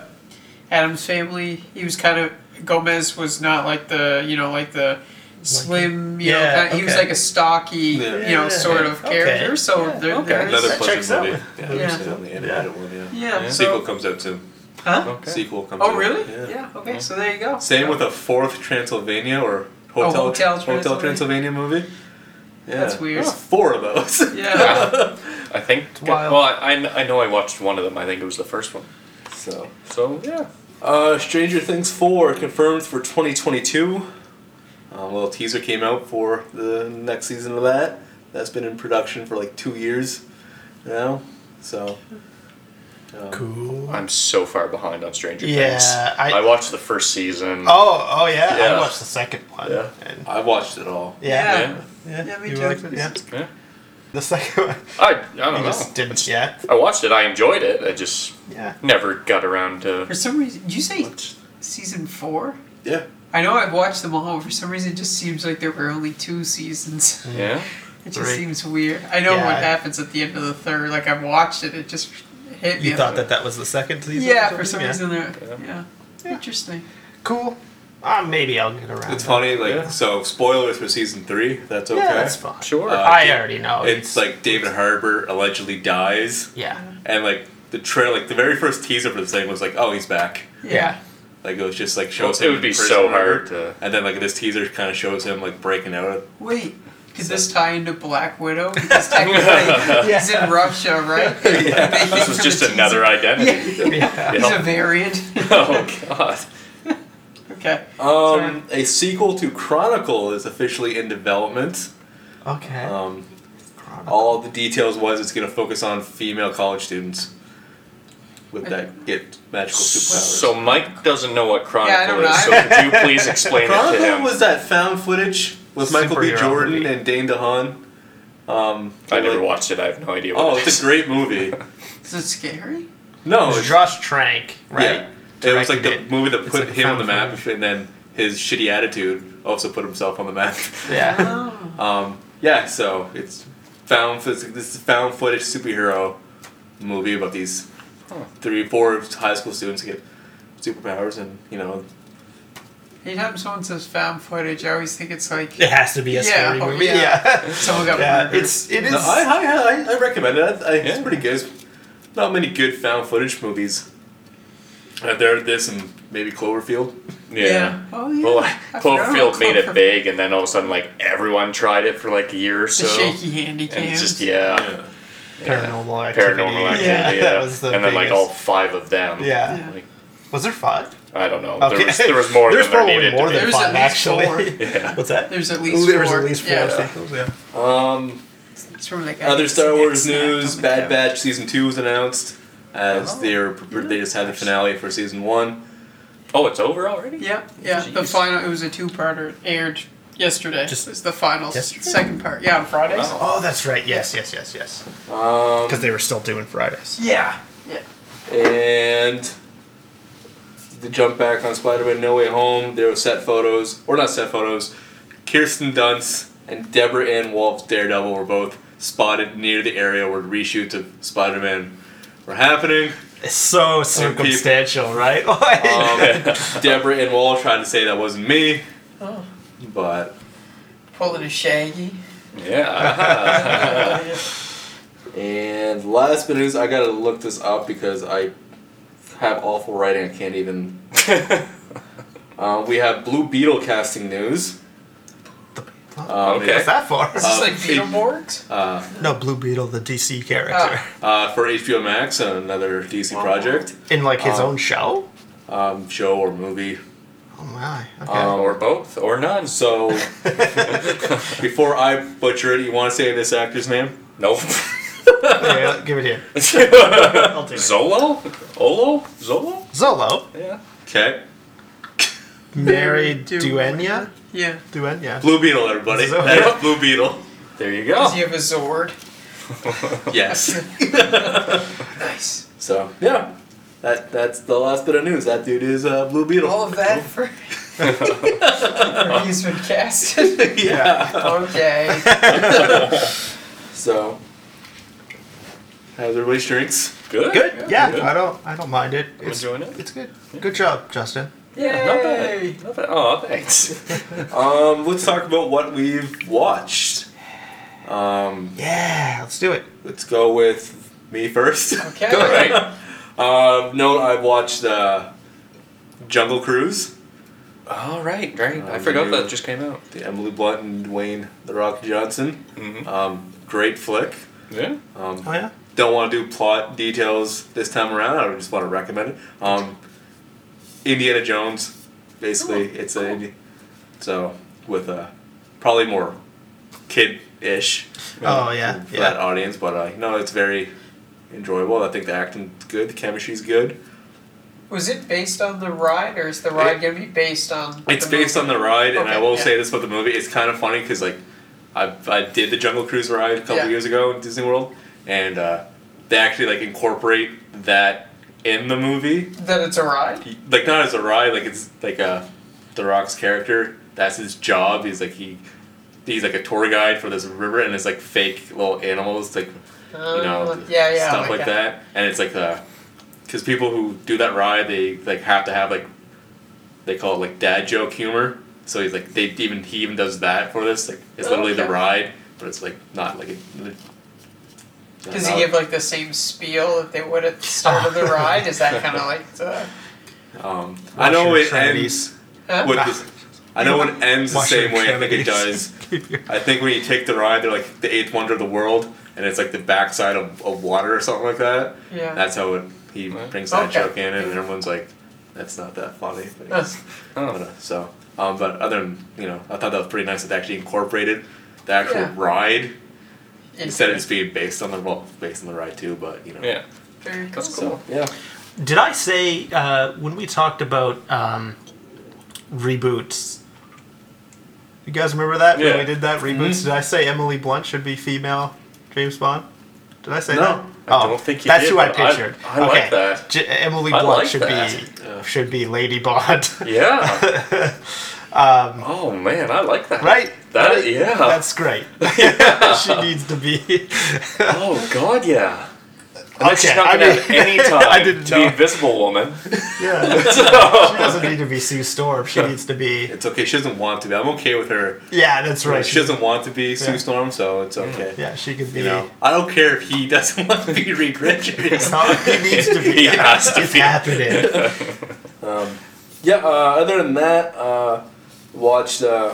Adam's Family. He was kind of Gomez was not like the you know like the slim you
Yeah,
know kind he was
okay.
like a stocky
Yeah.
you know
Yeah,
sort
yeah,
of
okay.
character. So
Yeah,
there,
okay.
there's
another
That checks
pleasant movie.
out.
Yeah,
Yeah.
so the animated one. Yeah.
yeah.
Yeah.
So,
Sequel comes out soon.
Huh?
Okay.
Sequel comes.
Oh
out.
really?
Yeah.
Okay. So there you go.
Same with a fourth Transylvania or
Oh,
Hotel
Hotel
Hotel Transylvania movie. Yeah.
That's weird.
There's Four of those.
Yeah.
I think.
wild.
Well, I, I kn- I know I watched one of them. I think it was the first one.
so.
So, yeah.
Uh, Stranger Things 4 confirmed for 2022. A little teaser came out for the next season of that. That's been in production for like two years now. So. um,
cool.
I'm so far behind on Stranger Things.
Yeah, I-
I watched the first season.
Oh, oh yeah, I
Yeah.
watched the second one.
Yeah.
and,
I watched it all.
yeah,
Yeah.
yeah,
Yeah, me
you
too.
liked it? yeah.
Yeah.
The second one,
I, I don't
you
know.
just didn't, yeah,
I watched it. I enjoyed it. I just
yeah.
never got around to.
For some reason, did you say
Mm.
season four?
Yeah.
I know I've watched them all. For some reason, it just seems like there were only two seasons.
Yeah.
It just
Right.
seems weird. I know
Yeah,
what
I-
happens at the end of the third. Like I've watched it, it just hit me.
You thought that that was the second season? or
Yeah, for
something?
some
Yeah.
reason there.
Yeah.
Yeah. Interesting.
Cool. Uh, maybe I'll get around.
It's
to
funny, like,
Yeah.
so spoilers for season 3. That's
it.
okay.
Yeah, that's fine.
Sure.
Uh,
I already know.
It's like David Harbour allegedly dies,
yeah,
and like the trail, like the very first teaser for the thing was like, oh, he's back.
Yeah.
Like it was just like
Well,
shows
it
him
would be
in prison
so
or whatever.
hard to.
And then like this teaser kind of shows him like breaking out. of-
Wait, could this tie into Black Widow? Because technically he's in Russia, right?
This was just another identity.
Yeah.
yeah.
He's a variant.
Oh God.
okay.
Um, a sequel to Chronicle is officially in development.
Okay.
Um,
Chronicle.
all the details was it's going to focus on female college students. with that get magical superpowers.
So Mike doesn't know what
I
Chronicle
don't know.
is, so could you please explain it to
Chronicle
him?
was that found footage with Michael B.
Superhero
Jordan
movie.
and Dane DeHaan. Um,
I never
like-
watched it. I have no idea. What
Oh,
it
it's
is.
a great movie.
Is it scary?
No,
Oh,
it's,
Josh Trank, right?
Yeah. It was like the
Directed it.
movie that
It's
put
like
him on
found
the map, and then his shitty attitude also put himself on the map.
Yeah.
Oh.
um, yeah, so it's found. This is a found footage superhero movie about these
Huh.
three, four high school students who get superpowers, and you know,
Anytime someone says found footage, I always think it's like
It has to be a
Yeah,
scary
oh,
movie.
yeah.
Yeah.
someone got
Yeah,
murdered.
it's it is.
No, I, I, I, I recommend it. I, I, It's
Yeah.
pretty good. Not many good found footage movies. Uh, there are this and maybe Cloverfield.
yeah.
Oh yeah.
Well, like,
I forgot about
Cloverfield made it
Cloverfield.
big, and then all of a sudden, like everyone tried it for like a year or
The
so,
shaky handy
and
cams.
it's just yeah,
paranormal activity.
paranormal activity.
Yeah,
Yeah,
that was the
and then like
biggest-
all five of them.
Yeah.
Yeah.
Like,
Was there five?
I don't know.
Okay.
There, was, there was more
There's
than there
probably
needed
more
to
than
There was
five,
at least
actually.
four.
be. Yeah.
What's that?
There's at least
there was
four.
at least four
Yeah.
sequels. Yeah.
Um,
It's from like
other Star Wars news: Bad
bad.
Batch season two was announced. As
Oh.
they were, they just had the finale for season one.
Oh, it's over already.
Yep, yeah. The
Jeez.
final. It was a two-parter. Aired yesterday.
Just
Just was the final
yesterday?
second part. Yeah, on Fridays.
Wow.
Oh, that's right. Yes, yes, yes, yes.
Um,
Because they were still doing Fridays.
yeah,
Yeah.
and the jump back on Spider-Man: No Way Home. There were set photos, or not set photos. Kirsten Dunst and Deborah Ann Wolf's Daredevil were both spotted near the area where reshoots of Spider-Man were happening.
It's so circumstantial, right? Like,
Um, Deborah Ann Wolf tried to say that wasn't me,
Oh,
but
pulling a shaggy.
yeah.
yeah.
and last bit of news, I gotta look this up because I have awful writing. I can't even. Uh, we have Blue Beetle casting news. Um,
Okay.
What's that for?
Is this
Uh,
like
it-
Beetleborgs?
uh,
no, Blue Beetle, the DC character,
uh, for HBO Max, another DC
Wow.
project,
in like his
Um,
own show.
um, show or movie.
Oh my. Okay.
Um,
or both, or none.
So, before I butcher it, you want to say this actor's name?
Nope.
okay, give it here. I'll do it.
Zolo? Olo? Zolo?
Zolo
Yeah.
Okay.
married
Du-
Duenya.
Yeah.
Duenya.
Blue Beetle, everybody.
So-
That is Blue Beetle.
There you
oh.
Does
go.
he have a Zord?
Yes.
Nice.
so yeah, that that's the last bit of news. That dude is uh, Blue Beetle.
All of that for. for he's been casted.
yeah.
Okay.
So, how's everybody's drinks?
Good.
Good. Yeah, I don't. I don't mind it.
I'm
It's,
enjoying it.
it's good. Good job, Justin.
Yeah, not bad. Not bad. Oh, thanks.
Um, let's talk about what we've watched. Um,
Yeah, let's do it.
let's go with me first.
Okay.
All right.
Um, no, I've watched uh, Jungle Cruise,
All right, right. I
Um,
forgot
you-
that just came out.
the Emily Blunt and Dwayne the Rock Johnson.
Mm-hmm.
Um, great flick.
Yeah.
Um,
Oh yeah.
don't want to do plot details this time around. I just want to recommend it. Um, Indiana Jones, basically,
Oh,
it's a Indi- so with a probably more kid ish
Oh yeah.
for that
Yeah.
audience, but uh, no, it's very enjoyable. I think the acting's good, the chemistry's good.
Was it based on the ride, or is the ride going to be based on?
It's
the
based on
movie?
the ride, and I
Okay,
will
yeah.
say this about the movie: it's kind of funny because like I, I did the Jungle Cruise ride a couple
Yeah.
years ago in Disney World, and uh, they actually like incorporate that in the movie.
That it's a ride.
like not as a ride, like it's like uh the Rock's character. That's his job. He's like he he's like a tour guide for this river and it's like fake little animals like you know
Uh, yeah, yeah,
stuff
like
like that. And it's like the because people who do that ride they like have to have like they call it like dad joke humor. So he's like they even he even does that for this like it's literally the
Okay.
ride, but it's like not like a,
Does he give like the same spiel that they would at the start of the ride? Is that kind of like the?
um, I know it
Watch your
ends
Trinities.
Huh?
Ah.
with this. I know it ends the
Watch your
same way. I think it
Trinities.
does. I think when you take the ride, they're like the eighth wonder of the world, and it's like the backside of, of water or something like that.
yeah.
That's how it, he
Right.
brings that
Okay.
joke in, and everyone's like, "That's not that funny." But it's- but,
Oh.
uh, so, um, but other than you know, I thought that was pretty nice that they actually incorporated the actual
Yeah.
ride
It-
instead of just being based on the well, based on the ride too. But you know,
Yeah.
very
That's
cool.
so
cool.
yeah,
Did I say uh, when we talked about um, reboots? You guys remember that
Yeah.
when we did that reboots? Did I say Emily Blunt should be female James Bond? Did I say
No,
that? Oh,
I don't think you
that's
did,
who I
but I-
pictured.
I like
okay.
that.
J- Emily
I
Blunt
like
should
that.
be should be Lady Bond.
Yeah. oh man, I like that.
Um, right?
That
Right?
yeah.
That's great. she needs to be.
oh god, yeah. And
Okay,
she's not
I
gonna
mean-
have any time
I didn't
to be
know.
invisible woman.
yeah. She
So
doesn't need to be Sue Storm. She needs to be.
It's okay. She doesn't want to be. I'm okay with her.
Yeah, that's right.
She doesn't want to be
Yeah.
Sue Storm, so it's okay.
Yeah, she could be.
You know, I don't care if he doesn't want to be Reed
It's
Richards.
not like he needs to be.
he has to
it's
be.
happening.
yeah. Uh, other than that, uh, watched. Uh,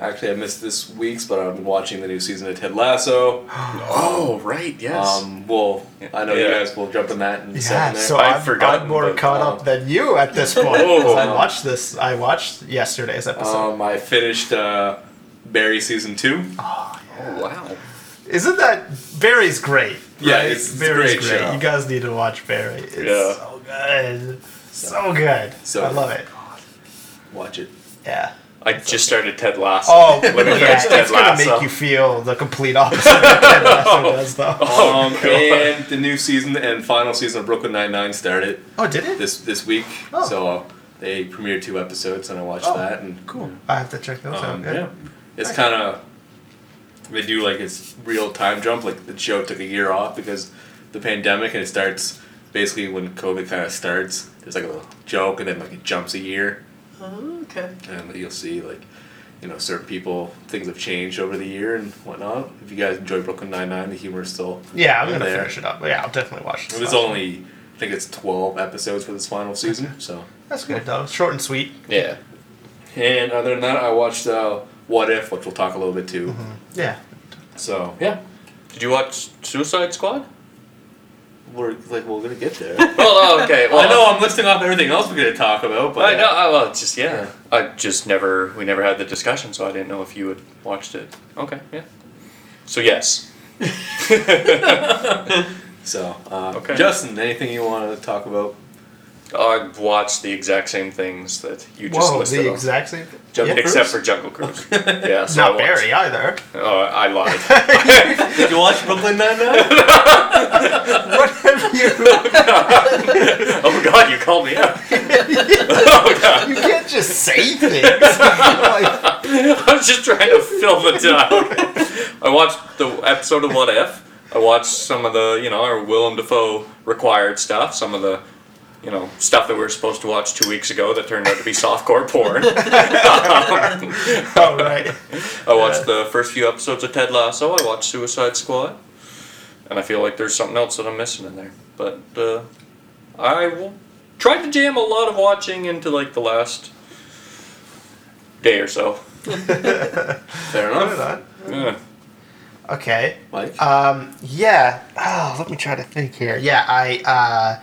actually, I missed this week's, but I've been watching the new season of Ted Lasso.
Oh right, yes.
Um, well, I know you
Yeah.
guys will jump on that in a
Yeah,
second. There.
so
I'd
I'm, I'm
forgotten,
more
but,
caught
um,
up than you at this point.
Whoa.
'cause I watched this. I watched yesterday's episode.
um, I finished uh, Barry season two.
oh wow.
Isn't that Barry's great?
Yeah,
right?
it's- it's a
Barry's
great show.
You guys need to watch Barry. It's
Yeah.
so good, so good.
So-
I love it.
Watch it.
Yeah.
I just started Ted Lasso.
Oh,
Let me
yeah,
finish Ted
it's gonna
Lasso.
make you feel the complete opposite of what Ted Lasso does, though.
Oh,
um,
God.
and the new season and final season of Brooklyn Nine Nine started
Oh, did it?
this this week.
Oh.
So uh, they premiered two episodes, and I watched
Oh,
that. And
Cool. I have to check those
um,
out.
yeah, it's kind of they do like it's real time jump. Like the show took a year off because the pandemic, and it starts basically when COVID kind of starts. There's like a little joke, and then like it jumps a year.
Oh, okay.
and you'll see like you know certain people things have changed over the year and whatnot if you guys enjoy brooklyn Nine-Nine, the humor is still
Yeah, I'm gonna
there.
finish it up. Yeah, I'll definitely watch this.
there's
last one.
only i think it's 12 episodes for this final season so
That's good though. Short and sweet.
yeah and other than that i watched uh, what if which we'll talk a little bit too
Yeah.
so yeah
Did you watch Suicide Squad?
we're like we're gonna get there
Well, oh, okay. Well,
i know i'm listing off everything else we're gonna talk about but uh,
I know. I, uh, oh, well, it's just yeah.
Yeah.
I just never. We never had the discussion, so I didn't know if you had watched it. Okay. Yeah. So yes.
so uh,
Okay.
justin anything you want to talk about
I watched the exact same things that you just
Whoa,
listed.
the
off.
exact same.
Jungle
Yeah.
Except for Jungle Cruise. yeah. So I
Not
watched-
Barry either.
Oh, I lied.
did you watch brooklyn Nine-Nine?
What have you?
oh God, you called me out.
You can't just say things. like,
I was just trying to fill the time. I watched the episode of What If. I watched some of the, you know, our Willem Dafoe required stuff. Some of the, you know, stuff that we were supposed to watch two weeks ago that turned out to be softcore porn.
oh right.
I watched the first few episodes of Ted Lasso. I watched Suicide Squad, and I feel like there's something else that I'm missing in there. But uh, I w- tried to jam a lot of watching into like the last day or so.
fair
Put it
enough
on.
Yeah.
Okay.
mike
Um, yeah. Oh, let me try to think here. Yeah, I uh,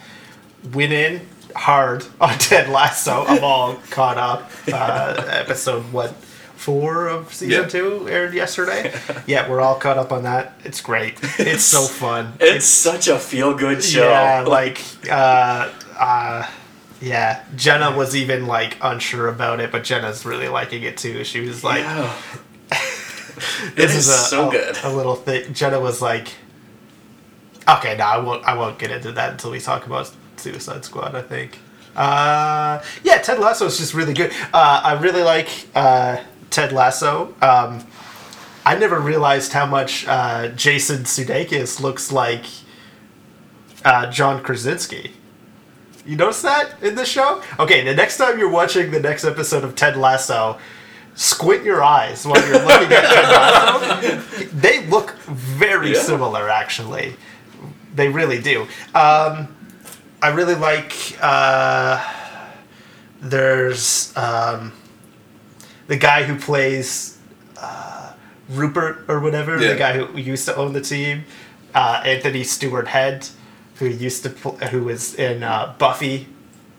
went in hard on Ted Lasso. I'm all caught up. Uh, episode what four of season
Yeah.
two aired yesterday. yeah, we're all caught up on that. It's great. It's so fun.
It's such a feel good show.
Yeah, like uh, uh, yeah. Jenna was even like unsure about it, but Jenna's really liking it too. She was like,
Yeah.
this
It
is,
is
a, oh,
so
a-
good.
A little thing. Jenna was like, "Okay, no, I won't. I won't get into that until we talk about Suicide Squad." I think. Uh, yeah, Ted Lasso is just really good. Uh, I really like uh, Ted Lasso. Um, I never realized how much uh, Jason Sudeikis looks like uh, John Krasinski. You notice that in this show? Okay, the next time you're watching the next episode of Ted Lasso, squint your eyes while you're looking at Ted Lasso. They look very
Yeah.
similar, actually. They really do. Um, I really like. Uh, there's um, the guy who plays uh, Rupert or whatever,
Yeah.
the guy who used to own the team, uh, Anthony Stewart Head, who used to pl- who was in uh, Buffy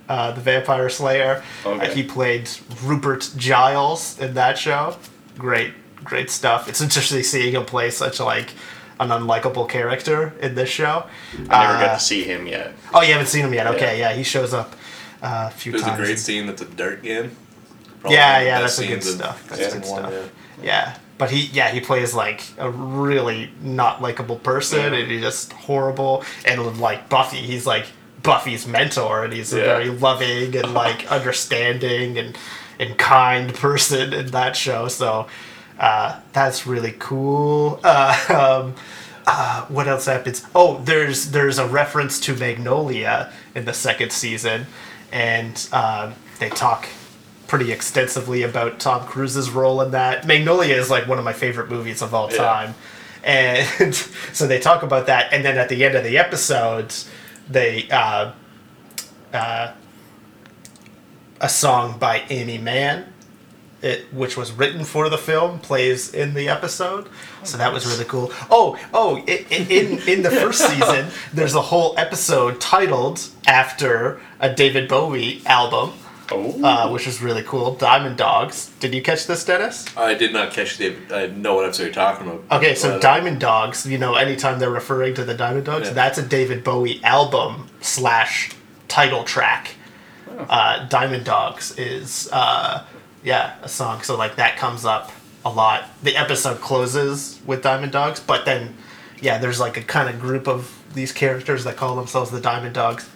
uh, the Vampire Slayer.
Okay.
Uh, he played Rupert Giles in that show. Great, great stuff. It's interesting seeing him play such like an unlikable character in this show.
I never got
Uh,
to see him yet.
Oh, you haven't seen him yet. Okay, yeah, he shows up uh, a few
There's a
times.
great scene that's a dart game.
yeah, yeah, that's a good stuff. That's
season
good
one,
stuff.
yeah.
Yeah. but he, yeah, he plays like a really not likable person,
Yeah.
and he's just horrible. And like Buffy, he's like Buffy's mentor, and he's a
Yeah.
very loving and like understanding and and kind person in that show. So uh, that's really cool. Uh, um, uh, what else happens? Oh, there's there's a reference to Magnolia in the second season, and um, they talk pretty extensively about Tom Cruise's role in that. Magnolia is like one of my favorite movies of all
Yeah.
time, and so they talk about that. And then at the end of the episode, they uh, uh, a song by Amy Mann it, which was written for the film, plays in the episode. So that was really cool. Oh, oh! i- i- In in the first season, there's a whole episode titled after a David Bowie album,
Oh,
uh, which is really cool. Diamond Dogs. Did you catch this, Dennis?
I did not catch the. I know what episode you're talking about.
Okay, so
But, uh,
Diamond Dogs. You know, anytime they're referring to the Diamond Dogs,
Yeah.
that's a David Bowie album slash title track. Uh, Diamond Dogs is uh, yeah a song. So like that comes up a lot. The episode closes with Diamond Dogs, but then yeah, there's like a kind of group of these characters that call themselves the Diamond Dogs.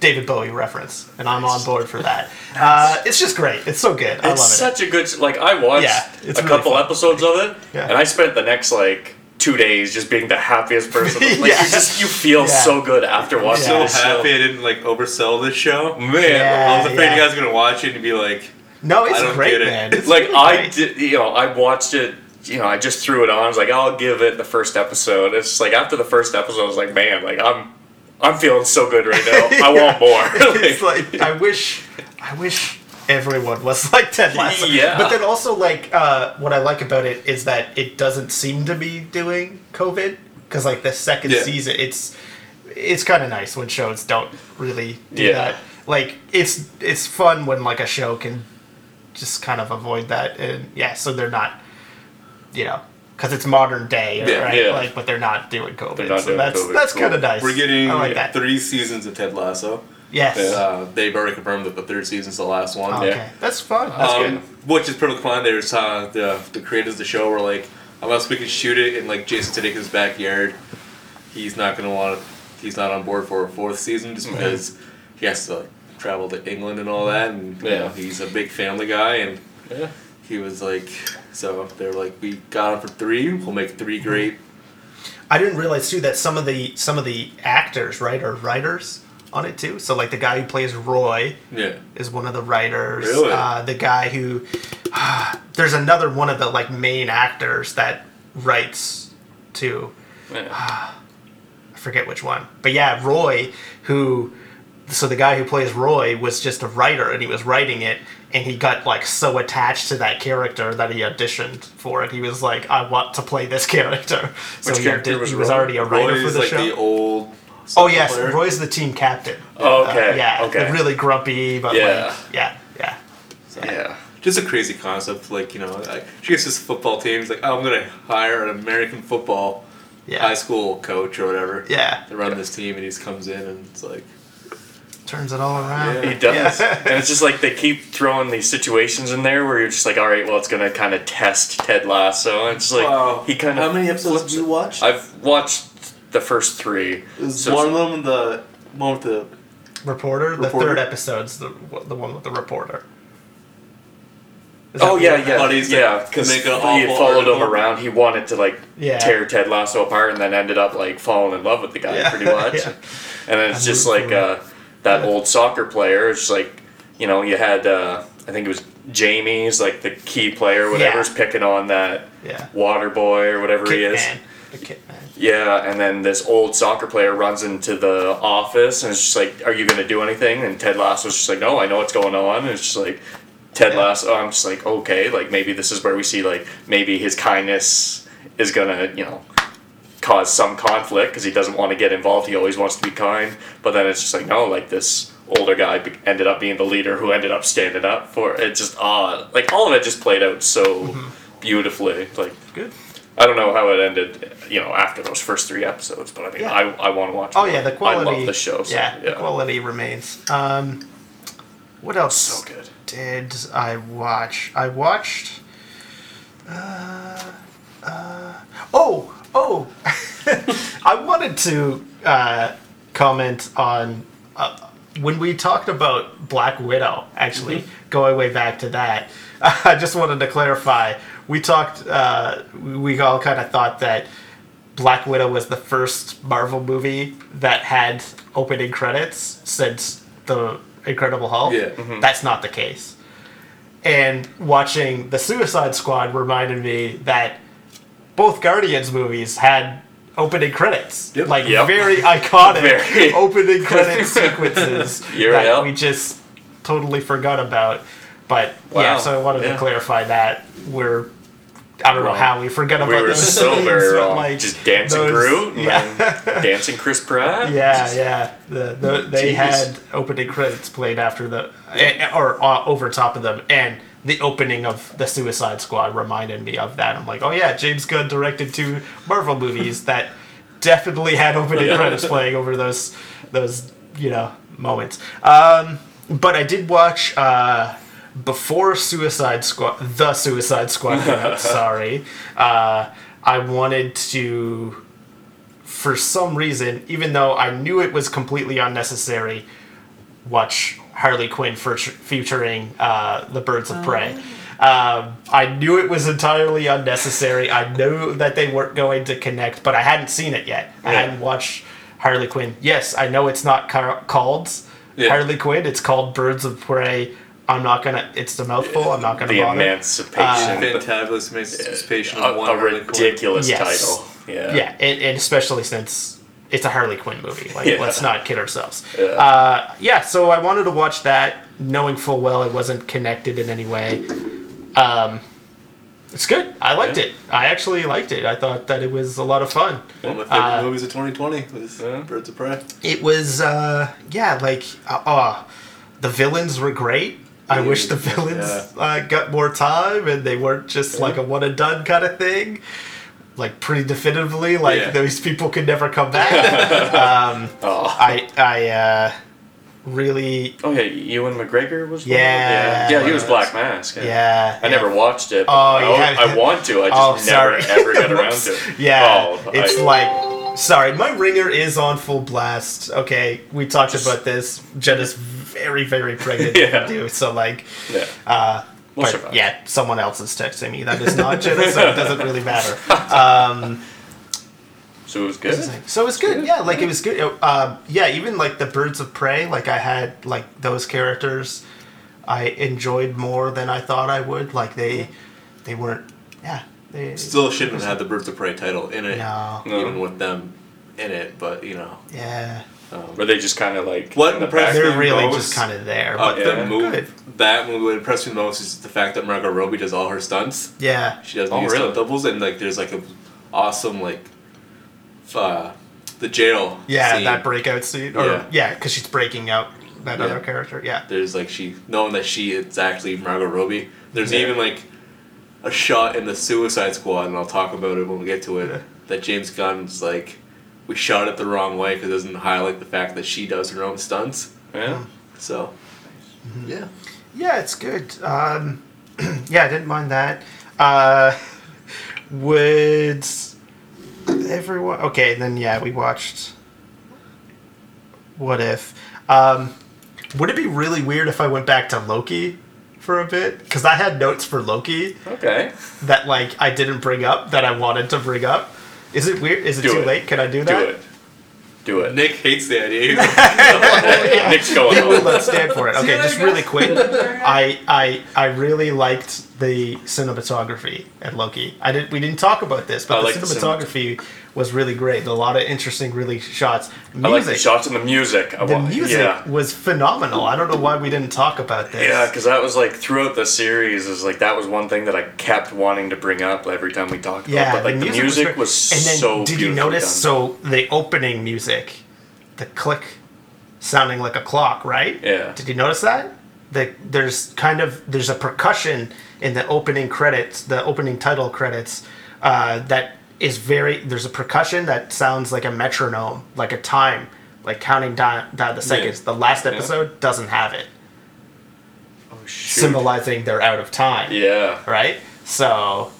David Bowie reference, and I'm on board for that. Uh, it's just great. It's so good. I love it.
it's such a good. Like I watched
Yeah, it's
a
really
couple
fun.
episodes of it,
Yeah.
and I spent the next like two days just being the happiest person. Like
Yeah.
you just you feel
Yeah.
so good after
I'm
watching
so
this
happy
show.
I didn't like oversell this show.
Man,
I was
Yeah,
afraid
yeah.
you guys were gonna watch it and be like,
no, it's
I don't
great,
get it.
man. It's
like
really
I
great.
did, you know, I watched it. You know, I just threw it on. I was like, I'll give it the first episode. It's just like after the first episode, I was like, man, like I'm, I'm feeling so good right now. I want more.
it's like I wish, I wish everyone was like Ted Lasso.
Yeah.
But then also like uh, what I like about it is that it doesn't seem to be doing COVID because like the second
Yeah.
season, it's it's kind of nice when shows don't really do
Yeah.
that. Like it's it's fun when like a show can just kind of avoid that and yeah, so they're not, you know. Because it's modern day,
Yeah,
right?
yeah.
Like, but they're not doing COVID.
They're not
so
doing
that's
COVID,
that's
cool.
kind of nice.
we're getting
I like that.
three seasons of Ted Lasso.
yes.
Uh, they've already confirmed that the third season's the last one.
Okay,
Yeah.
that's fun. That's
Um,
good.
which is perfectly fine. There's uh, the the creators of the show were like, unless we can shoot it in like Jason Sudeikis' backyard, he's not gonna want. to He's not on board for a fourth season
Mm-hmm.
just because he has to like, travel to England and all that, and you know,
Yeah.
he's a big family guy, and
Yeah.
he was like, so they're like, we got him for three. We'll make three
Mm-hmm.
great.
I didn't realize too that some of the some of the actors right are writers on it too. So like the guy who plays Roy
Yeah.
is one of the writers.
Really?
Uh, the guy who there's another one of the like main actors that writes too.
Yeah.
I forget which one. But yeah, Roy, who so the guy who plays Roy was just a writer and he was writing it and he got like so attached to that character that he auditioned for it. He was like, I want to play this character. So
Which
he,
character
audi-
was
he was
Roy?
already a writer
Roy
for
is,
the
like
show.
the old.
oh yes,
player.
Roy's the team captain.
Oh,
Uh,
okay.
yeah.
Okay.
the Really grumpy, but
Yeah.
like yeah, yeah.
yeah.
Just a crazy concept, like you know, like, she gets this football team. He's like, oh, I'm gonna hire an American football
Yeah.
high school coach or whatever.
yeah.
They run this team and he just comes in and it's like
Turns it all around.
Yeah.
He does.
Yeah.
and it's just like they keep throwing these situations in there where you're just like, all right, well, it's going to kind of test Ted Lasso. And it's like, he kind of.
episodes have you watched?
I've watched the first three. So
one of them the one with the
Reporter, the
Reporter.
third episode's the the one with the reporter. Is that
oh,
what-
yeah, yeah.
buddies that
yeah, because he
make an
had
awful
followed him
article.
around. He wanted to, like,
Yeah.
tear Ted Lasso apart and then ended up, like, falling in love with the guy
Yeah.
pretty much.
Yeah.
And then it's
I'm
just
rooting
like
for
uh, that old soccer player. It's like, you know, you had, uh, I think it was Jamie's, like, the key player, whatever's picking on that.
Yeah.
water boy or whatever he is.
Kitman. The Kitman.
Yeah, and then this old soccer player runs into the office and it's just like, "Are you gonna do anything?" And Ted Lasso's just like, "No, I know what's going on." And it's just like, Ted
Yeah.
Lasso. I'm just like, okay, like maybe this is where we see like maybe his kindness is gonna you know cause some conflict because he doesn't want to get involved. He always wants to be kind, but then it's just like no, like this older guy be- ended up being the leader who ended up standing up for it. Just odd, like all of it just played out so beautifully. Like
Good.
I don't know how it ended, you know, after those first three episodes, but I mean,
Yeah.
I, I want to watch.
Oh
more.
yeah, the quality.
I love the show. So,
yeah, the quality remains. Um, what else
So good.
did I watch? I watched. Uh, uh, oh, oh! I wanted to uh, comment on uh, when we talked about Black Widow. Actually,
Mm-hmm.
going way back to that, I just wanted to clarify. We talked. Uh, we we all kind of thought that. Black Widow was the first Marvel movie that had opening credits since the Incredible Hulk.
Yeah. Mhm.
That's not the case. And watching the Suicide Squad reminded me that both Guardians movies had opening credits.
Yep.
Like
Yep.
very iconic
Very.
opening credit sequences
You're
that
right.
we just totally forgot about. But yeah,
Wow.
so I wanted
Yeah.
to clarify that we're I don't
Wrong.
know how we forgot about
We were
those
so
things,
very
but,
wrong.
like,
Just dancing
those-
Groot and
Yeah,
Dancing Chris Pratt.
yeah, yeah. The, the, they
Jeez.
had opening credits played after the eh, or uh, over top of them, and the opening of the Suicide Squad reminded me of that. I'm like, oh yeah, James Gunn directed two Marvel movies that definitely had opening
Yeah.
credits playing over those those you know moments. Um, but I did watch. Uh, before Suicide Squad, the Suicide Squad. came out, sorry, uh, I wanted to for some reason, even though I knew it was completely unnecessary, watch Harley Quinn for featuring uh, the Birds of Prey. Um, I knew it was entirely unnecessary. I knew that they weren't going to connect, but I hadn't seen it yet. I
Yeah.
hadn't watched Harley Quinn. Yes, I know it's not car- called
Yeah.
Harley Quinn. It's called Birds of Prey. I'm not gonna. It's the mouthful. I'm not gonna.
The
bother.
Emancipation.
Fantabulous anticipation
a,
Uh, of one
a
Harley Quinn.
ridiculous
Yes.
title. Yeah.
yeah, and, and especially since it's a Harley Quinn movie. Like,
Yeah.
let's not kid ourselves.
Yeah.
Uh, yeah, so I wanted to watch that, knowing full well it wasn't connected in any way. Um, it's good. I liked
Yeah.
it. I actually liked it. I thought that it was a lot of fun.
One of my favorite
Uh,
movies of 2020 was
Yeah.
Birds of Prey.
It was, uh, yeah, like, uh, uh, the villains were great. I
Yeah,
wish the
yeah.
villains uh, got more time and they weren't just like a one and done kind of thing. Like, pretty definitively, like,
Yeah.
these people could never come back.
Oh.
I I uh, really
oh yeah, Ewan McGregor was. one of them?
Yeah.
Yeah, he was Black Mask.
yeah.
Yeah. I never watched it. but
Oh,
I, al-
yeah.
I want to. I
Oh,
just never
sorry.
ever get around
Whoops.
to it.
Yeah,
Oh,
it's
I-
like sorry, my ringer is on full blast. Okay, we talked about this. Jen is very very pregnant.
Yeah.
Dude, so like,
Yeah.
uh,
We'll
but
survive.
yeah, someone else is texting me. That is not Jen, so it doesn't really matter. Um,
So it was good.
So it was good. Yeah, like it was good. Uh, yeah, even like the Birds of Prey, like I had like those characters, I enjoyed more than I thought I would. Like they, they weren't. Yeah, they
Still shouldn't have had the Birds of Prey title in it,
No.
No.
even with them in it. But you know,
Yeah,
Were they just kind of like
What
in the
impressed
back?
they're really
those-
just kind of there.
uh,
But
Oh, yeah.
the
they're
move
good.
that movie what impressed me most is the fact that Margot Robbie does all her stunts.
Yeah,
She does
Oh,
use
really?
stunt doubles, and like there's like a awesome like uh, the jail.
yeah,
scene.
that breakout scene. Or
Yeah.
yeah, because she's breaking out that
Yeah.
other character. Yeah,
there's like she knowing that she is actually Margot Robbie. There's
Yeah.
even like a shot in the Suicide Squad, and I'll talk about it when we get to it. That James Gunn's like, we shot it the wrong way because it doesn't highlight the fact that she does her own stunts.
Yeah.
So, yeah,
yeah, it's good. Um, yeah, I didn't mind that. Uh, would everyone? Okay, then yeah, we watched. What if? Um, would it be really weird if I went back to Loki for a bit? Because I had notes for Loki
Okay.
that like I didn't bring up that I wanted to bring up. Is it weird? Is it
Do
too
it.
late? Can I do
Do
that?
it. Do it.
Nick hates the idea.
Nick's going
We'll
on.
let stand for it. Okay, just really quick. I, I I really liked the cinematography at Loki. I didn't we didn't talk about this,
I
but the
like the cinemat-
cinematography was really great. A lot of interesting, really shots. Music,
I like the shots and the music. I
the
wa-
music
Yeah.
was phenomenal. I don't know why we didn't talk about this.
Yeah, because that was like throughout the series is like that was one thing that I kept wanting to bring up every time we talked
Yeah,
about. it. But like the music,
great.
was,
and then
so
did you notice
done.
so the opening music, the click, sounding like a clock, right?
Yeah.
Did you notice that? That there's kind of there's a percussion in the opening credits, the opening title credits, uh, that is very there's a percussion that sounds like a metronome, like a time, like counting down, down the seconds. The last episode doesn't have it,
Oh, shoot.
symbolizing they're out of time.
Yeah.
Right. So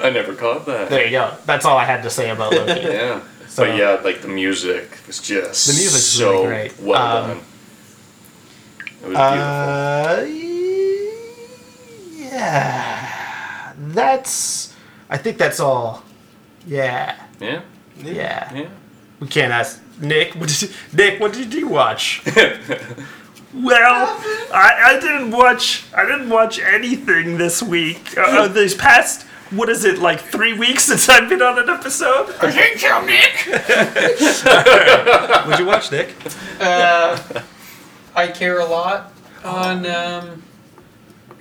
I never caught that.
there you go. That's all I had to say about Loki.
Yeah.
So-
but yeah, like the music was just
The music's
so
really great.
well
Um,
done. It was beautiful.
Uh, yeah. That's. I think that's all. Yeah.
yeah.
Yeah.
Yeah.
We can't ask Nick. What did you, Nick? What did you watch? well, I, I didn't watch. I didn't watch anything this week. Uh, Uh, this past. What is it like? Three weeks since I've been on an episode. I hate you, Nick. Would you watch Nick?
Uh, I care a lot on um,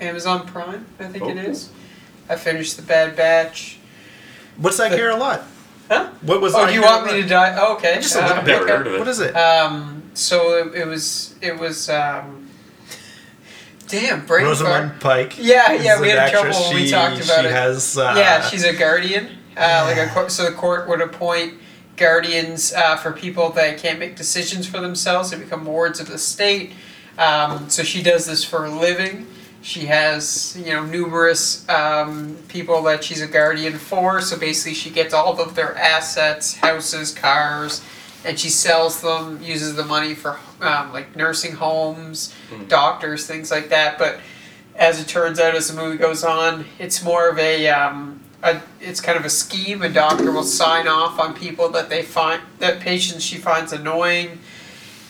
Amazon Prime. I think it is. I finished the Bad Batch.
What's that care a lot?
Huh?
What was?
Oh,
I
do you
Care a
want
Lot?
me to die? Oh, okay.
Just a
uh,
little
I've never
okay.
heard of it.
What is it?
Um, so it, it was it was um, damn brain fart.
Rosamund Pike.
Yeah, yeah,
is
we
an
had trouble
actress.
when we
She-
talked about
she
it.
Has, uh,
yeah, she's a guardian. Uh, Like a
Yeah.
court, so the court would appoint guardians uh, for people that can't make decisions for themselves. They become wards of the state. Um, so she does this for a living. She has you know numerous um, people that she's a guardian for. So basically, she gets all of their assets, houses, cars, and she sells them. Uses the money for um, like nursing homes,
Hmm.
doctors, things like that. But as it turns out, as the movie goes on, it's more of a, um, a it's kind of a scheme. A doctor will sign off on people that they find that patients she finds annoying,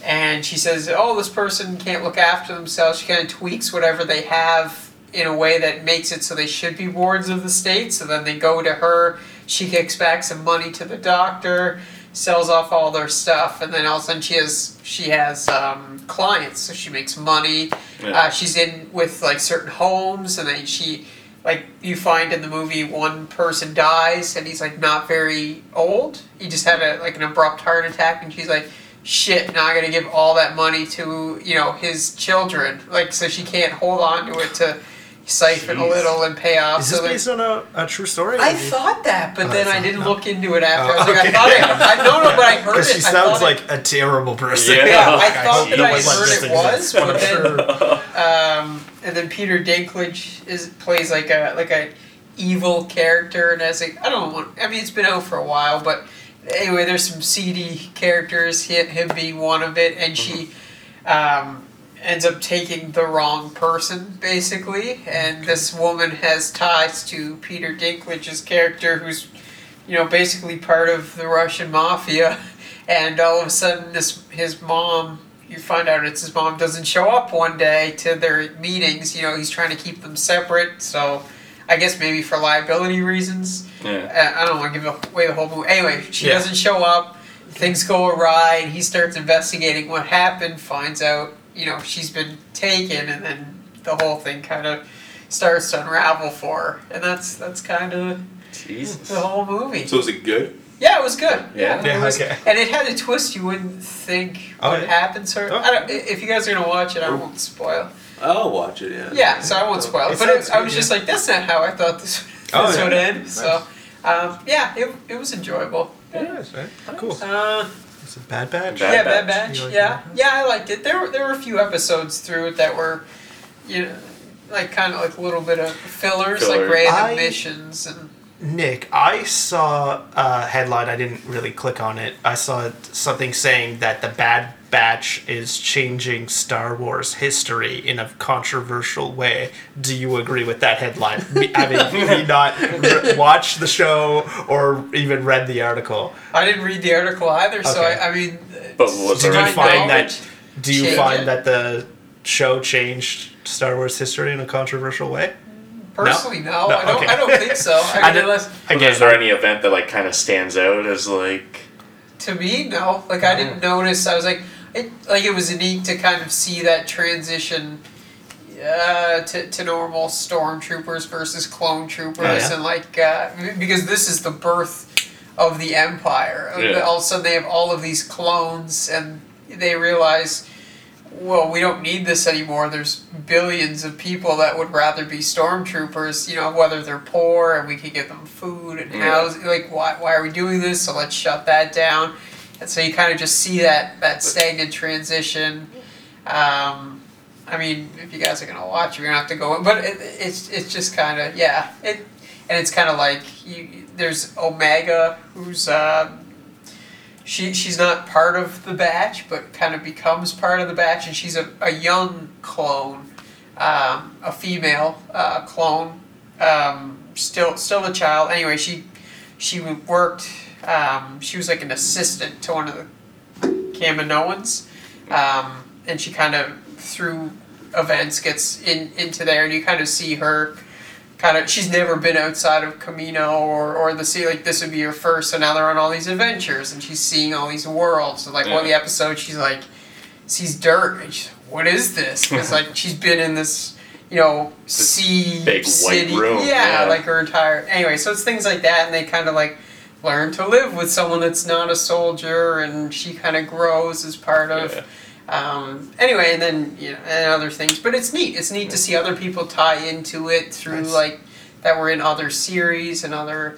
and she says, "Oh, this person can't look after themselves." She kind of tweaks whatever they have in a way that makes it so they should be wards of the state. So then they go to her. She kicks back some money to the doctor, sells off all their stuff, and then all of a sudden she has she has um, clients, so she makes money.
Yeah.
Uh, she's in with like certain homes, and then she, like you find in the movie, one person dies, and he's like not very old. He just had a like an abrupt heart attack, and she's like, "Shit, now I got to give all that money to you know his children." Like, so she can't hold on to it to siphon a
Jeez.
little and pay off.
Is
so
this
then-
based on a, a true story?
I thought that, but
Oh,
then
that's
I
not-
didn't
no.
look into it after.
Oh,
I was like,
okay.
I thought I, I don't know, but I heard it.
Because she
I
sounds
thought it-
like a terrible person.
Yeah.
yeah, I
I
thought
hope
that
no
I
one's
heard it
listening
was,
to this.
but then, um, and then Peter Dinklage is plays like a like a evil character, and I was like, I don't want. I mean, it's been out for a while, but anyway, there's some seedy characters. Him, him being one of it, and she um, ends up taking the wrong person, basically. And this woman has ties to Peter Dinklage's character, who's, you know, basically part of the Russian mafia. And all of a sudden, this his mom. You find out it's his mom doesn't show up one day to their meetings. You know, he's trying to keep them separate. So, I guess maybe for liability reasons.
yeah.
Uh, I don't want to give away the whole movie. Anyway, she
Yeah.
doesn't show up. Things go awry, and he starts investigating what happened. Finds out, you know, she's been taken, and then the whole thing kind of starts to unravel for her. And that's that's kind of
Jesus.
the whole movie.
So is it good?
yeah, it was good.
Yeah?
it
Yeah,
was-
okay.
And it had a twist you wouldn't think
Oh,
would
yeah.
happen. So
Oh.
I don't, i- if you guys are gonna watch it, I won't spoil.
I'll watch it. Yeah.
Yeah, so I won't spoil it.
It
but it,
sounds
I was
good,
just like, that's not how I thought this,
Oh,
this
yeah.
would end. So, um, yeah, it, it was enjoyable.
Cool.
Uh,
It's a bad batch.
Bad
yeah, Bad
Batch.
Batch.
You like
Yeah,
Bad Batch?
yeah, I liked it. There were there were a few episodes through it that were, you know, like kind of like a little bit of fillers,
Filler.
like random
I-
missions and
Nick, I saw a headline. I didn't really click on it. I saw something saying that the Bad Batch is changing Star Wars history in a controversial way. Do you agree with that headline? Me- I mean, me not re- watch the show or even read the article.
I didn't read the article either. So
Okay.
I, I mean,
But was
to
there
Did
my
you
anything
find
knowledge-
that? Do you
Change
find
it.
that the show changed Star Wars history in a controversial way?
Personally, no,
No,
I don't.
okay.
I don't think so. I mean,
didn't-
unless
Again, is there any event that like kind of stands out as like?
to me, no. Like I didn't notice. I was like, it, like it was neat to kind of see that transition uh, to to normal stormtroopers versus clone troopers,
yeah.
and like uh, because this is the birth of the empire.
Yeah.
All of a sudden, they have all of these clones, and they realize well, we don't need this anymore. There's billions of people that would rather be stormtroopers, you know, whether they're poor and we could give them food and
Yeah.
housing. Like, why, why are we doing this? So let's shut that down. And so you kind of just see that, that stagnant transition. Um, I mean, if you guys are going to watch, you're going to have to go in. But it, it's, it's just kind of, yeah. It, and it's kind of like you, there's Omega, who's. Uh, she she's not part of the batch, but kind of becomes part of the batch, and she's a, a young clone, um, a female uh, clone, um, still still a child. Anyway, she she worked. Um, she was like an assistant to one of the Kaminoans, um, and she kind of through events gets in into there, and you kind of see her. Kind of, she's never been outside of Camino or, or the sea. Like this would be her first, so now they're on all these adventures, and she's seeing all these worlds. So like one of the episodes, she's like sees dirt, and she's like, "What is this?" It's like she's been in this, you know, sea
big white
city.
room,
yeah,
yeah.
like her entire. Anyway, so it's things like that, and they kind of like learn to live with someone that's not a soldier, and she kind of grows as part of.
Yeah.
Um, anyway, and then you know, and other things, but it's neat. It's neat to see other people tie into it through
Nice.
like that were in other series and other.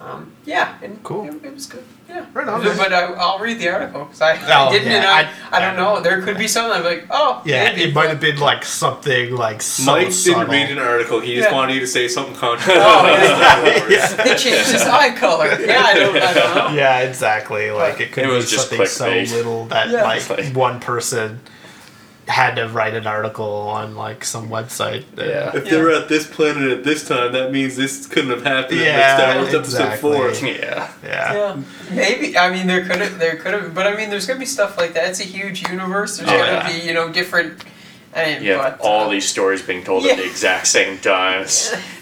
Um, yeah, and
Cool.
It, it was good. Yeah,
Right on, man.
But I, I'll read the article because I, I
Oh,
didn't,
yeah,
and I,
I-
I, don't know. Oh, There could be something I'm like, oh,
Yeah,
maybe,
it might
but-
have been like something like so
Mike didn't
subtle.
read an article. He just
Yeah.
wanted you to say something controversial.
Oh, yeah.
yeah.
They changed his eye color. Yeah, I don't, I don't know.
Yeah, exactly. Like it could
It
be
was just
something
clickbait.
so little that
Yeah.
like,
It's like-
one person had to write an article on like some website. that-
Yeah.
If they were at this planet at this time, that means this couldn't have happened
Yeah,
at Star Wars episode
exactly.
four.
Yeah.
yeah.
Yeah, maybe. I mean, there could have, there could have, but I mean, there's gonna be stuff like that. It's a huge universe. There's
Oh,
gonna
yeah.
be, you know, different. I mean,
You have
but, uh,
all these stories being told at the
Yeah.
exact same time.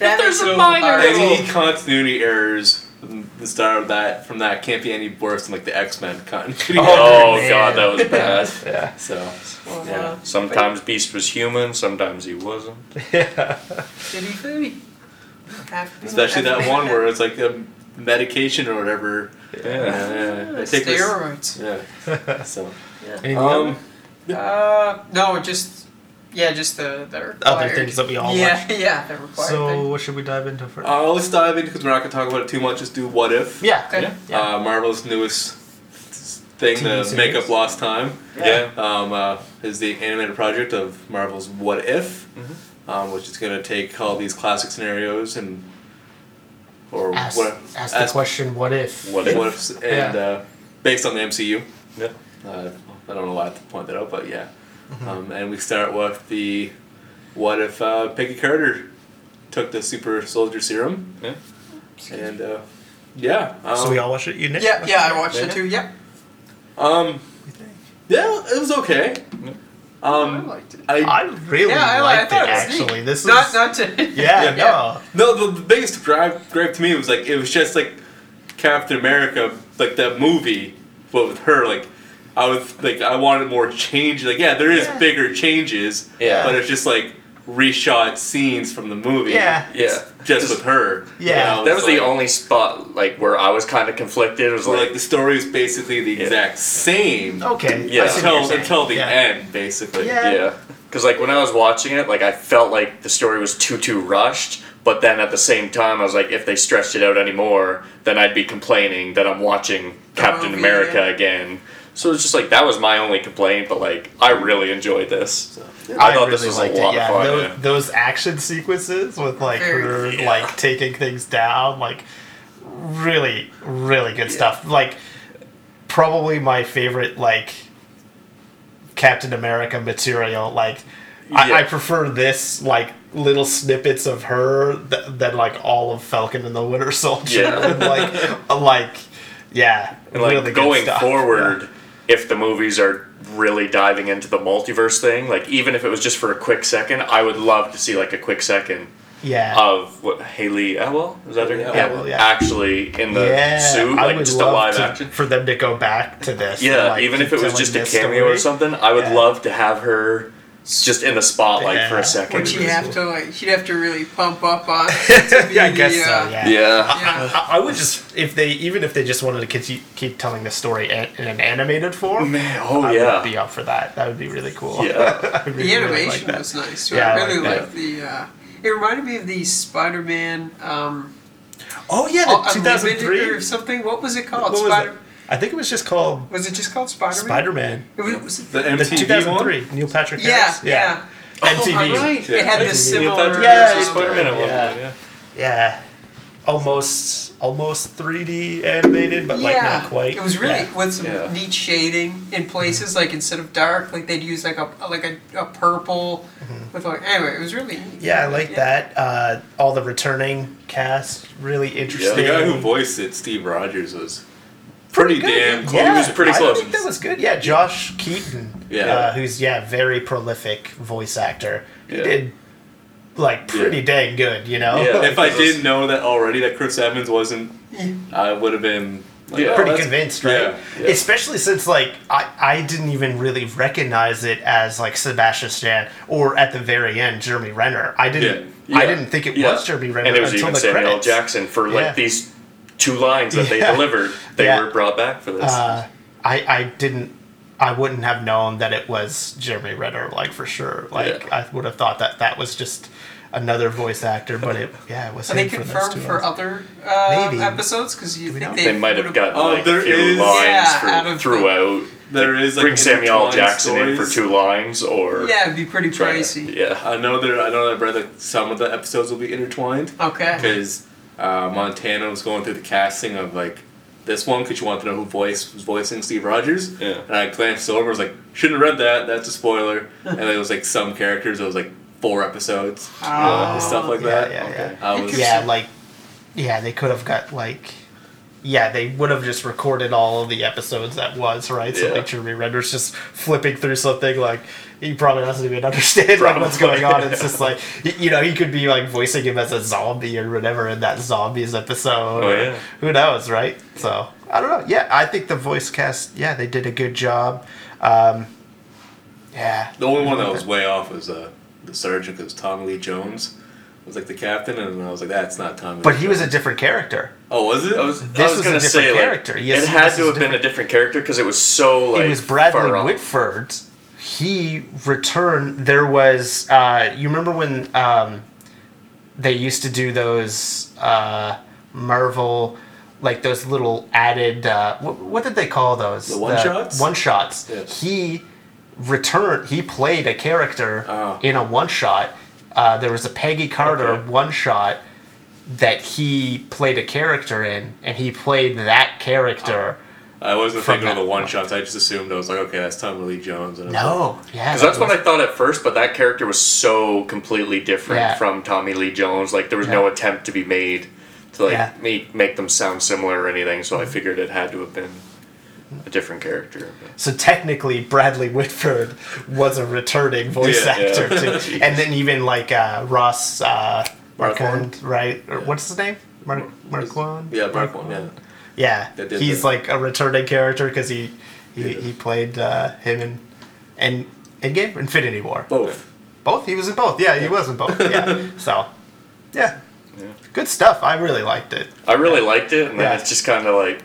That
there's
is
a
cool.
minor
All right.
Any continuity errors from the start of that from that can't be any worse than like the X Men continuity.
Oh,
man.
god, that was bad.
Yeah.
So
Well,
Yeah.
uh,
Sometimes Beast was human, sometimes he wasn't.
Fitty fitty. Half-
especially that
half-
one where it's like a medication or whatever.
Yeah.
Yeah, I take this.
Steroids.
Yeah. So
Anything
um,
Uh, no, just yeah, just the the required.
other things that we all
yeah,
watch.
yeah, the required
So
thing.
what should we dive into first?
uh, let's dive in because we're not gonna talk about it too much. Just do what if.
yeah.
Okay.
yeah.
Yeah.
Uh, Marvel's newest thing
TV
to
series.
make up lost time.
Yeah.
um, uh, is the animated project of Marvel's What If,
Mm-hmm.
um, which is going to take all these classic scenarios and or
Ask,
what
ask the question. What if?
What
what,
if?
ifs and uh, based on the MCU.
Yeah.
Uh, I don't know why I have to point that out, but yeah.
Mm-hmm.
Um, and we start with the what if uh, Peggy Carter took the super soldier serum
Yeah.
and uh, yeah. Um,
so we all watch it. You Nick?
yeah, yeah, I watched it
Yeah.
too. Yep.
um, yeah, it was okay.
Yeah.
Um,
I liked it.
I
I really
Yeah, I- I
liked
thought
it.
it was neat.
Actually, this
Not
is
not to.
yeah,
Yeah.
no.
no the, the biggest gripe, gripe to me was like it was just like Captain America like that movie, but with her like I was like I wanted more change. Like yeah, there is
Yeah.
bigger changes,
Yeah.
but it's just like reshot scenes from the movie.
Yeah.
Yeah.
just with her.
Yeah.
you know,
That was
it's like,
the only spot like where I was kind of conflicted. It was
where, like
like,
the story is basically the
Yeah. Oh,
exact same
Okay.
Yeah.
I see what you're
until
saying.
until the
Yeah.
end, basically.
Yeah.
yeah, because like when I was watching it, like I felt like the story was too too rushed. But then at the same time, I was like, if they stretched it out anymore, then I'd be complaining that I'm watching Captain
Oh,
movie,
America
yeah.
again. So it's just like that was my only complaint. But like I really enjoyed this. I,
I,
thought
really
this was a
liked
lot
it. Yeah,
of fun.
those,
yeah.
those action sequences with like
Very-
her like taking things down, like really, really good stuff. Like probably my favorite like Captain America material. Like
Yeah.
I, I prefer this like little snippets of her th- than like all of Falcon and the Winter Soldier.
Yeah.
And, like like yeah,
And like
really
going
good stuff.
forward, if the movies are really diving into the multiverse thing, like even if it was just for a quick second, I would love to see like a quick second
Yeah.
of what Haley Ewell is that her name?
Haley
Atwell, yeah.
actually in the suit, like just a live
to,
action.
for them to go back to this. and,
Yeah,
like,
even
keep
if it was
telling
just a
this
cameo or
story.
something, I would
Yeah.
love to have her just in the spotlight for
Yeah.
a second.
Which you have to like, she'd have to really pump up on. to be
yeah, I guess
the,
so.
uh,
Yeah.
Yeah.
yeah.
I, I would just if they even if they just wanted to continue, keep telling the story an- in an animated form.
Man, oh
I
yeah.
would be up for that. That would be really cool.
yeah.
I really,
The
really like
animation
that.
was nice. Too.
Yeah, I
I really
like
liked the. Uh, it reminded me of the Spider-Man. Um,
Oh yeah,
Unlimited
the 2003.
or something. What was it
What
called?
was
Spider.
it? I think it was just called
Was it just called Spider-Man?
Spider-Man.
It was, was it-
The
The
MTV
2003 Neil Patrick
yeah,
Harris.
yeah. Oh,
MTV.
Yeah.
It had this
Neil
similar.
Patrick
Yeah,
Harris is
yeah.
Spider-Man at one
Yeah.
point, yeah.
Yeah. Almost almost 3D animated, but like
yeah,
not quite.
It was really
Yeah.
with some
Yeah.
neat shading in places. Like instead of dark, like they'd use like a like a, a purple with like anyway. It was really neat.
Mm-hmm. Yeah, I like
Yeah.
that. Uh, all the returning cast, really
Yeah,
interesting.
the guy who voiced it, Steve Rogers, was pretty, damn close.
Yeah,
He was pretty
I
close.
think that was good. Yeah, Josh Keaton.
Yeah.
uh, who's yeah very prolific voice actor. He
Yeah.
did like pretty
Yeah.
dang good, you know.
Yeah.
If I didn't know that already, that Chris Evans wasn't, I would have been like,
Yeah.
oh,
pretty
that's-
convinced, right?
yeah, yeah.
Especially since like I, I didn't even really recognize it as like Sebastian Stan or at the very end Jeremy Renner. I didn't
Yeah.
I
Yeah.
didn't think it
Yeah.
was Jeremy Renner
And it was
until
even
the
Samuel L.
credits.
Jackson for like
Yeah.
these two lines that
Yeah.
they delivered. They
Yeah.
were brought back for this.
Uh, I I didn't I wouldn't have known that it was Jeremy Renner like for sure. Like
Yeah.
I would have thought that that was just another voice actor, but it yeah it was
Are they
him for those
confirmed
two.
for,
ones.
other uh,
Maybe.
episodes? Because you
we
think
know?
they,
they might have
would've-
gotten
Oh,
like
there
a few
is-
lines
Yeah,
for-
out of the-
throughout.
There is like
Bring Samuel L.
intertwined
Jackson in for
stories.
two lines or
Yeah, it'd be pretty
try to-
pricey.
yeah.
I know there. I know that rather some of the episodes will be intertwined
Okay.
because uh, Montana was going through the casting of like this one because you wanted to know who voice was voicing Steve Rogers.
Yeah.
And I glanced over. I was like, shouldn't have read that. That's a spoiler. and it was like some characters. It was like four episodes.
Oh,
and stuff like
yeah,
that.
yeah, yeah.
I was
yeah, like, yeah, they could have got like, yeah, they would have just recorded all of the episodes that was right. So
Yeah.
like Jeremy Renner's just flipping through something like he probably doesn't even understand like what's
Probably,
going on. It's just like y- you know he could be like voicing him as a zombie or whatever in that zombies episode.
Oh,
or
yeah.
Who knows, right? So I don't know. Yeah, I think the voice cast. Yeah, they did a good job. Um, yeah.
The only one that was way off was uh, the sergeant because Tommy Lee Jones was like the captain, and I was like, that's not Tommy.
But
Lee
he was a
Jones."
different character.
oh, was it?
I was,
This
I was,
was a
gonna
different
say, like,
character. Yes,
it had
this
to
is
have been a different character because it was so like
it was Bradley
far off.
Whitford. He returned. There was. Uh, you remember when um, they used to do those uh, Marvel, like those little added. Uh, what, what did they call those?
The one-shots?
One shots.
Yeah.
He returned. He played a character
Oh.
in a one shot. Uh, there was a Peggy Carter
Okay.
one shot that he played a character in, and he played that character.
I wasn't
From
thinking of
that
the one shots. I just assumed I was like, okay, that's Tommy Lee Jones. And I was like,
No, yeah,
Because that's
that was-
what I thought at first, but that character was so completely different
Yeah.
from Tommy Lee Jones. Like there was no
Yeah.
attempt to be made to like
Yeah. Mm-hmm.
make make them sound similar or anything. So I figured it had to have been a different character.
So technically, Bradley Whitford was a returning voice
Yeah,
actor
yeah.
too, and then even like uh, Ross uh,
Marquand?
Marquand, right? Or what's his name? Mar- Marquand.
yeah, Mark one. Yeah.
Yeah,
That did
he's
the-
like a returning character because he he,
Yeah.
he played uh, him in and in game Infinity War.
Both.
Both he was in both. Yeah, he was in both. Yeah, so yeah. Good stuff. I really liked it.
I really liked it, and then
Yeah.
it's just kind of like,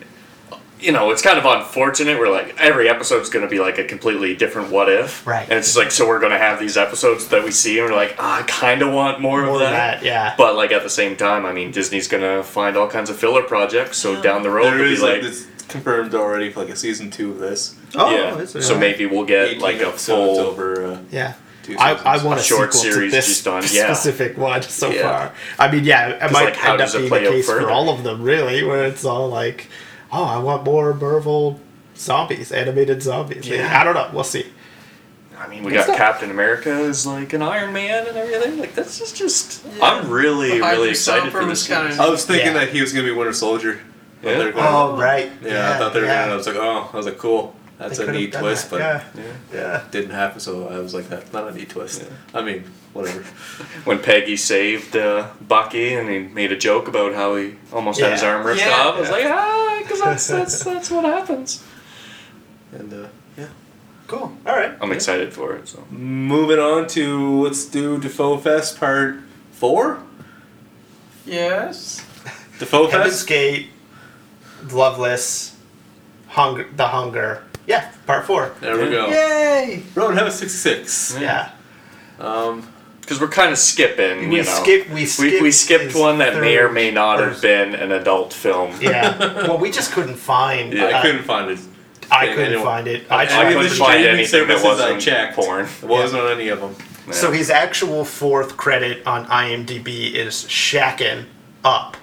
you know, it's kind of unfortunate. We're like every episode's going to be like a completely different what if,
Right.
And it's just like so we're going to have these episodes that we see, and we're like, ah, I kind of want more,
More
of
than
that.
that, yeah.
But like at the same time, I mean, Disney's gonna find all kinds of filler projects. So down the road,
There
it'll be
is like,
like,
this confirmed already for like a season two of this.
oh,
yeah.
is it
So
really?
maybe we'll get like a
episodes
full.
over. Uh,
Yeah.
Two
I,
seasons.
I want a,
A short
sequel
series
to this
just on- yeah.
specific one so
Yeah.
far. I mean, yeah, it might
like, how
end up
does it
being the
play out
case for
further?
all of them, really, where it's all like, oh, I want more Marvel zombies, animated zombies.
Yeah.
I don't know. We'll see.
I mean, we
It's
got
not-
Captain America as like an Iron Man and everything. Like that's just just. I'm really
Behind
really
yourself
excited
or
for
was
this.
kinda-
series.
I was thinking
Yeah.
that he was gonna be Winter Soldier. but
Yeah?
they're gonna-
Oh, right.
yeah, I thought they were gonna. I was like, oh, I was like, cool. That's a neat twist, but
yeah.
Yeah.
yeah.
didn't happen. So I was like, that's not a neat twist. I mean, whatever.
when Peggy saved uh, Bucky and he made a joke about how he almost had his
Yeah.
arm ripped
Yeah.
off. I was like, ah, because that's, that's, that's what happens.
And uh, yeah,
Cool. All right.
I'm excited for it. So
Moving on to let's do Defoe Fest part four.
Yes.
Defoe
Heaven's
Fest.
Gate, Loveless, Hunger, The Hunger. Yeah, part four.
There we go.
Yay!
Roadhouse 66.
Yeah.
Um,
because we're kind of skipping,
We
you know,
skip- we
we, we
skipped
skipped
his
one that may or
third
may not have
verse.
been an adult film.
Yeah. well, we just couldn't find.
I
uh,
couldn't find it.
I
find
couldn't
anyone.
find it.
I
I
couldn't mean,
I
tried.
couldn't
the
find
streaming
anything that
services I
wasn't
checked.
porn.
It wasn't on any of them.
So
Yeah.
his actual fourth credit on IMDb is Shacken Up.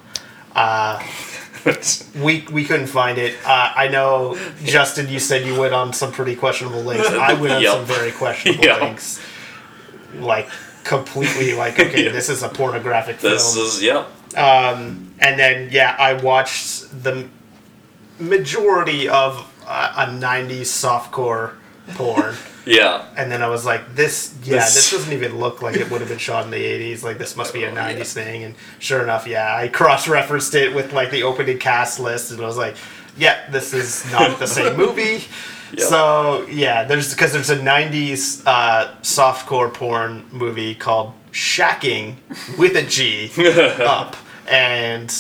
Uh, we we couldn't find it. Uh, I know, Justin, you said you went on some pretty questionable links. I went on
Yup.
some very questionable
Yup.
links. Like, completely like, okay,
Yeah.
this is a pornographic
this
film.
is yep.
Um, and then, yeah, I watched the majority of uh, a 90s softcore porn.
Yeah.
And then I was like, this, yeah,
This-
this, doesn't even look like it would have been shot in the 80s. Like, this must be a
Oh,
90s thing. And sure enough, yeah, I cross referenced it with like the opening cast list. And I was like, yeah, this is not the same movie.
Yeah.
So, yeah, there's because there's a 90s uh, softcore porn movie called Shacking with a G up. And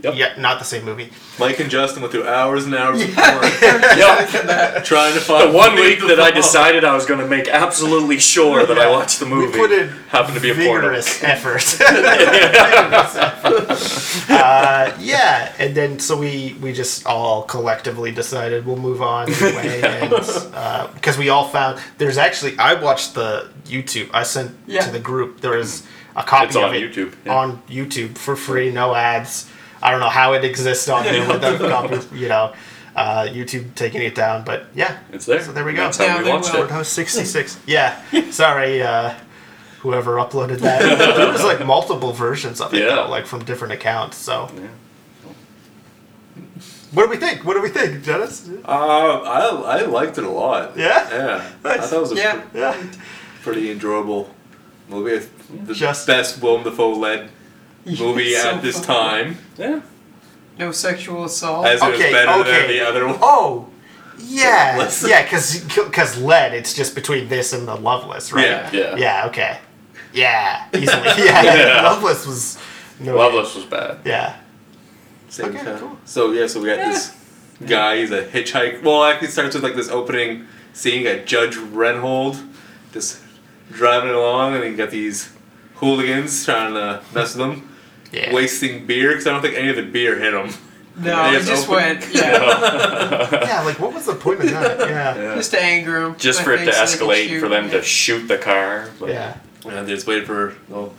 Yep.
yeah, not the same movie.
Mike and Justin went through hours and hours of
Yep.
porn trying to
The
find
one week that I
decided.
decided I was going to make absolutely sure that I watched the
We
movie
put in
happened to be a porno.
vigorous effort. uh, yeah, and then so we we just all collectively decided we'll move on anyway, because uh, we all found there's actually I watched the YouTube I sent
Yeah.
to the group there is a copy
It's on
of it
YouTube, yeah.
on YouTube for free, no ads. I don't know how it exists on there without copy, you know. Uh, YouTube taking it down, but yeah,
It's there.
So there we go.
That's how
Yeah,
we
they
watched
will.
it.
that was 66. Yeah. Sorry, uh, whoever uploaded that. there was like multiple versions of it,
Yeah.
though, like from different accounts. So,
Yeah.
what do we think? What do we think, Dennis?
Uh, I, I liked it a lot.
Yeah?
Yeah. I
Nice.
thought it was a
Yeah.
pr-
Yeah.
pretty enjoyable movie. It's The
Just-
best Willem Dafoe led movie
Yes,
at
so
this
fun.
time.
Yeah.
No sexual assault.
As it was
Okay,
better
okay.
than the other one.
Oh, yeah.
Loveless.
Yeah, because lead, it's just between this and the Loveless, right?
Yeah.
Yeah.
Yeah, okay. Yeah, easily. Yeah,
Yeah.
Loveless was. No
Loveless was bad.
Yeah.
Same
Okay,
time.
cool.
So yeah, so we got this guy. He's a hitchhiker. Well, actually, it starts with like this opening scene. You got Judge Renhold just driving along, and you got these hooligans trying to mess with him,
Yeah.
wasting beer because I don't think any of the beer hit him.
no,
They
it just
open-
went, yeah,
Yeah, like what was the point of that? Yeah.
Yeah.
just to anger him.
Just
I
for it
think,
to
so they could
escalate, for
shoot,
them
yeah.
to shoot the car. But
Yeah.
And they just waited for well,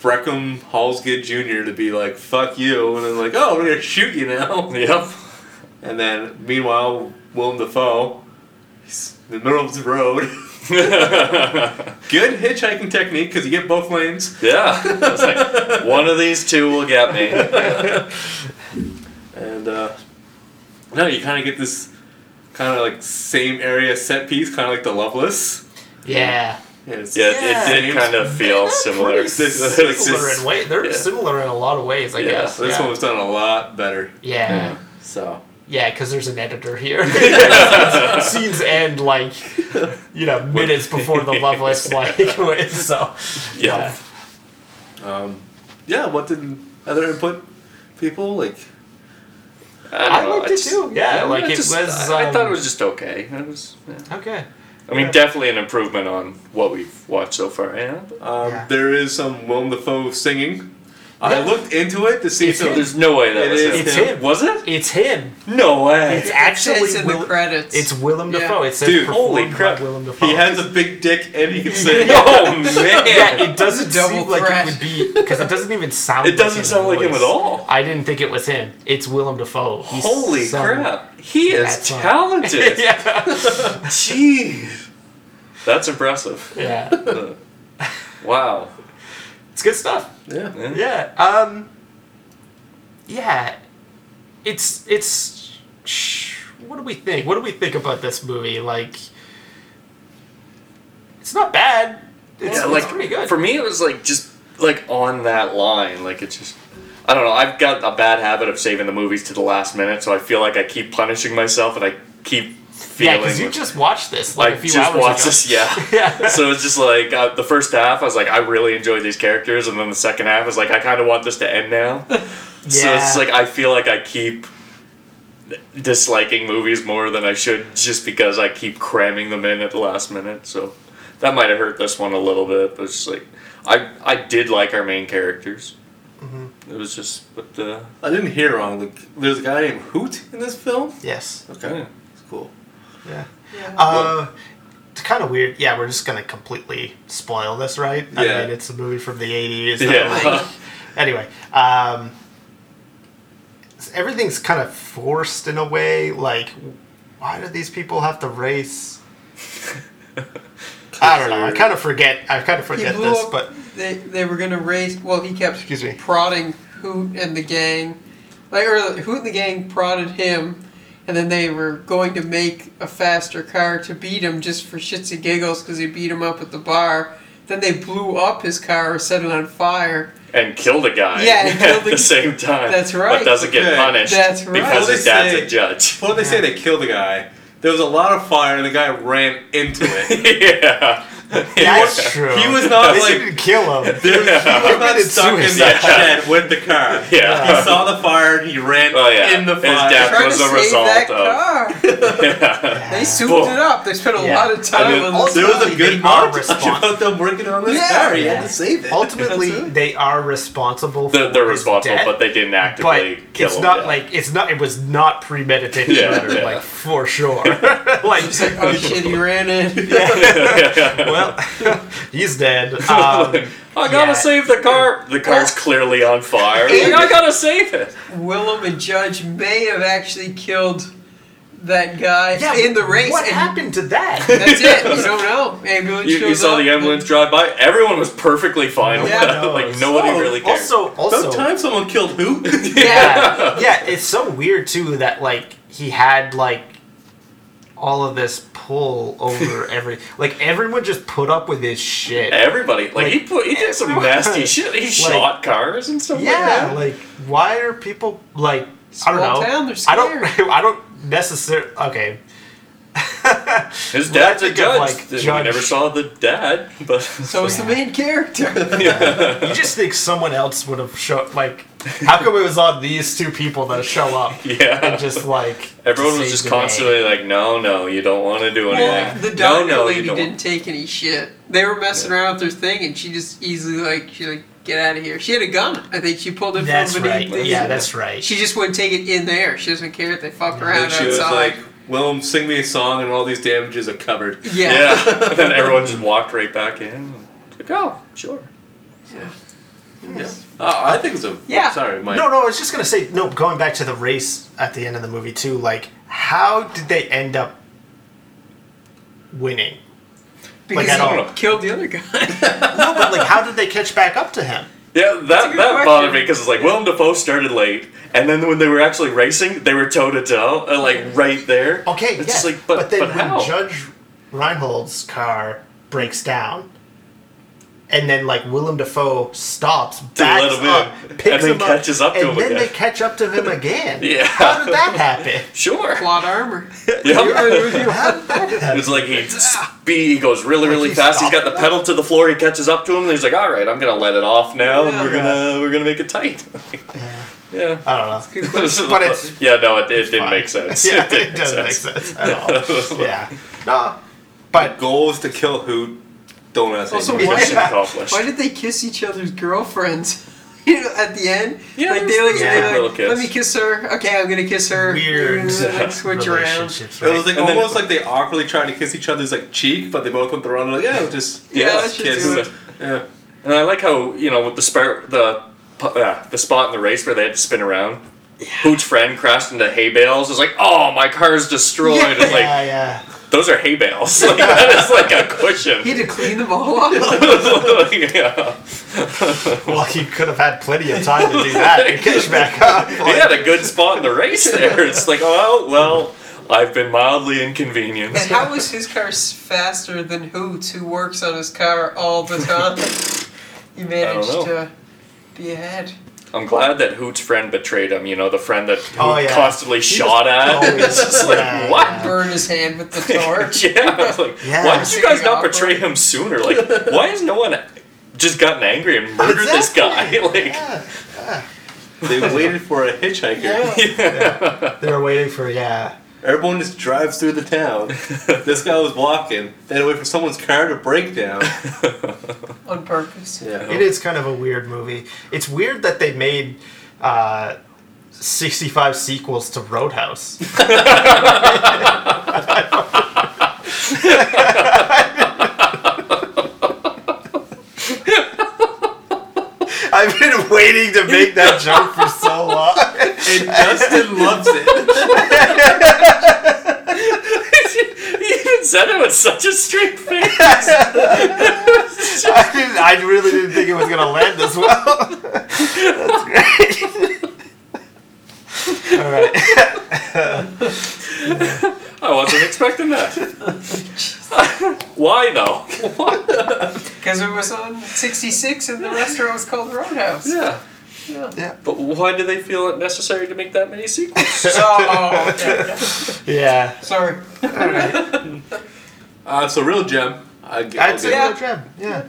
Breckham Halsgood Jr. to be like, "Fuck you," and then like, "Oh, we're gonna shoot you now."
Yep.
And then meanwhile, Willem Dafoe, he's in the middle of the road. Good hitchhiking technique because you get both lanes.
yeah. It's like, one of these two will get me.
And uh, no, you kind of get this kind of like same area set piece, kind of like the Loveless.
Yeah.
And it's
Yeah,
Yeah.
it did kind of feel similar.
pretty
This-
similar.
this-
similar in way. They're
yeah.
similar in a lot of ways, I
Yeah,
guess.
This
yeah.
one was done a lot better.
yeah,
So
yeah, because there's an editor here. Scenes end like you know minutes before the Loveless like went, so.
yeah.
um, yeah, what did other input people like?
don't
I
know,
liked it
just-
too, yeah, like,
I
it
just-
was,
I, I
um,
thought it was just okay. It was. yeah.
Okay.
I mean,
Yeah.
definitely an improvement on what we've watched so far. Yeah.
Um,
Yeah.
There is some Willem Dafoe singing. I
Yeah.
looked into it to see if
It's
there
him.
was
There's no way that
It
was
is
him.
It's him.
Was it?
It's him.
No way.
It's
It
actually
says in
Will-
the credits.
It's Willem
Yeah.
Dafoe. It says
Dude,
performed
holy crap.
by Willem Dafoe.
He has a big dick and he can sing.
oh man.
yeah, it doesn't
Double
seem like
threat.
it would be because it doesn't even sound.
It doesn't
his
sound like him
voice.
at all.
I didn't think it was him. It's Willem Dafoe. He's
Holy
some-
crap! He is
That's all.
talented.
yeah,
Jeez, that's impressive.
yeah,
Uh, wow.
it's good stuff.
Yeah.
Yeah.
Yeah. Um. Yeah. It's it's. Sh- what do we think? What do we think about this movie? Like, it's not bad. It's,
yeah,
it's
like
pretty good.
for me, it was like just like on that line. Like it's just, I don't know. I've got a bad habit of saving the movies to the last minute, so I feel like I keep punishing myself and I keep
feeling.
Yeah, because you just watched this like
I
a few
just
hours
watched
ago.
this, yeah.
Yeah.
so it's just like uh, the first half, I was like, I really enjoyed these characters, and then the second half is like, I kind of want this to end now. So
Yeah.
it's like I feel like I keep disliking movies more than I should, just because I keep cramming them in at the last minute. So that might have hurt this one a little bit, but it's just like I I did like our main characters.
Mm-hmm.
It was just, but uh,
I didn't hear wrong. Like, there's a guy named Hoot in this film.
Yes.
Okay, it's cool.
Yeah. Uh, it's kind of weird. Yeah, we're just gonna completely spoil this, right? I
Yeah.
mean, it's a movie from the '80s.
yeah,
anyway, um, everything's kind of forced in a way. Like, why do these people have to race? I don't know. I kind of forget. I kind of
He
forget
blew
this,
up-
but
they they were gonna race. Well, he kept
Excuse me.
prodding Hoot and the gang, like or Hoot and the gang prodded him, and then they were going to make a faster car to beat him just for shits and giggles because he beat him up at the bar. Then they blew up his car or set it on fire.
and killed a guy.
Yeah, and killed
at the
the-
same time.
That's
But
right.
doesn't get
Okay.
punished
That's right.
because his
Well, they
dad's a
say-
judge.
Well, they say they killed a guy. There was a lot of fire, and the guy ran into it.
yeah.
that's true.
He was not
They
like.
didn't kill him.
There, he was not
committed
stuck in
suicide.
the shed with the car.
Yeah.
He saw the fire and he ran
Oh, yeah.
in the
His
fire.
dad- That
Trying
was
to
a
save
result
that
of-
car.
yeah.
They souped
Well,
it up. They spent a
yeah.
lot of time.
I mean,
on
also-
there was a
ultimately,
good
they are
montage
respons-
about them working on this
Yeah.
car. He
Yeah.
had to save it.
Ultimately,
That's right.
they are responsible.
They're,
for
they're
his
responsible,
death,
but they didn't
but
actively kill
it's
him.
not
yeah.
like it's not. It was not premeditated
Yeah,
murder,
yeah.
like for sure. like,
It's like, oh shit, he ran in.
well, he's dead. Um,
I gotta
yeah.
save the car. The car's clearly on fire.
And-
I gotta save it.
Willem and Judge may have actually killed that guy
yeah,
in the race.
What
and
happened to that?
That's it. You don't know. Ambulance
You, you
shows
saw
up.
the ambulance drive by. Everyone was perfectly fine. with
Yeah.
that. like
No,
nobody
so-
really cared.
Also, also,
Sometimes someone killed who?
yeah, yeah. It's so weird too that like he had like all of this pull over every like everyone just put up with his shit.
Everybody like, he
Like,
put he did some nasty shit. He shot cars and stuff
Yeah, like why are people like I
Small
don't know.
town, they're
I don't. I don't necessarily. Okay.
like that. His
Well, I
dad's a
think of,
judge.
like,
We
judge-
never saw the dad, but
So it's the main character.
You just think someone else would have show like how come it was on these two people that show up
yeah.
and just like
Everyone was
save
just
the day?
constantly like, no, no, you don't want to do anything.
Well, the
no,
doctor
no,
lady
you don't.
didn't take any shit. They were messing around with their thing, and she just easily like she like get out of here. She had a gun. I think she pulled it
That's
from beneath.
right.
the-
Yeah, that's right.
She just wouldn't take it in there. She doesn't care if they fuck around
And she was like,
outside.
Willem, sing me a song and all these damages are covered.
yeah.
Yeah. and then everyone just walked right back in. It's Like, oh, sure.
Uh, I think it's a.
Yeah.
Sorry, Mike.
No, no, I was just gonna say no. Going back to the race at the end of the movie too, like how did they end up winning?
Because
Like, I
he
don't know.
killed the other guy.
No, but like how did they catch back up to him?
Yeah,
a
that,
good
that bothered
question.
me because it's like Willem Dafoe started late, and then when they were actually racing, they were toe to toe, uh, like right there.
Okay,
it's
yes,
just like, but,
then
but
when
how?
Judge Reinhold's car breaks down. And then, like Willem Dafoe stops,
let
backs
him in,
up, picks
and then
him
catches up to
and
him
then
again.
they catch up to him again.
Yeah.
how did that happen?
sure.
Plot armor.
Yeah.
How did that happen?
It's like he speed, he goes really, really
Ah. he
fast. He's
stopped.
got the pedal to the floor. He catches up to him, and he's like, "All right, I'm gonna let it off now, and
Yeah.
we're gonna we're gonna make it tight." yeah.
I don't know.
Good question.
But it's-
yeah, no, it, it didn't make sense.
Yeah,
didn't
it doesn't make sense at all. yeah, no,
The
but
goal is to kill Hoot. Don't ask
Also,
anything.
why-
Mission accomplished.
Why did they kiss each other's girlfriends? You know, at the end,
Yeah,
like
there's-
they like,
there's
they're
a
like,
little kiss.
let me kiss her. Okay, I'm gonna kiss her.
Weird
Like, switch around.
relationships,
It was
right?
like
And then-
almost like they awkwardly tried to kiss each other's like cheek, but they both went the wrong way. Like, yeah, just
Yeah,
yeah,
let's just
kiss.
do it.
Yeah.
And I like how you know with the spare the pu- uh, the spot in the race where they had to spin around. Hoot's friend crashed into hay bales. It's like, oh, my car's destroyed. It's like
yeah, yeah.
those are hay bales. Like that is like a cushion.
He had to clean them all up.
yeah.
Well, he could have had plenty of time to do that. and catch back up.
He had a good spot in the race there. It's like, oh well, I've been mildly inconvenienced.
and how was his car s- faster than Hoots, who works on his car all the time? He managed
know.
to be ahead.
I'm glad that Hoot's friend betrayed him. You know, the friend that Hoot
Oh, yeah.
constantly
He Oh,
shot at.
always-
it's just like
yeah,
what?
yeah.
Burn his hand with the torch.
yeah, I was like,
Yeah.
why did you guys
Seeing
not
awkward.
betray him sooner? Like, why has no one just gotten angry and murdered this guy?
Exactly.
Like,
Yeah, yeah.
They waited for a hitchhiker.
Yeah. They were waiting for yeah.
Everyone just drives through the town. this guy was walking. They had to wait for someone's car to break down.
on purpose.
Yeah.
It is kind of a weird movie. It's weird that they made uh, 65 sequels to Roadhouse. I've been waiting to make that joke for so long.
And Justin loves it.
he even said it with such a straight face.
I, didn't, I really didn't think it was gonna land this well. That's great. All right.
I wasn't expecting that. why though?
Because it was on 66 and the restaurant was called Roadhouse.
Yeah.
Yeah.
But why do they feel it necessary to make that many sequels?
So, oh, yeah, yeah.
Yeah.
sorry.
Uh, so real gem. I g- I'll
I'd
give
say
it.
Yeah.
no trap. Yeah.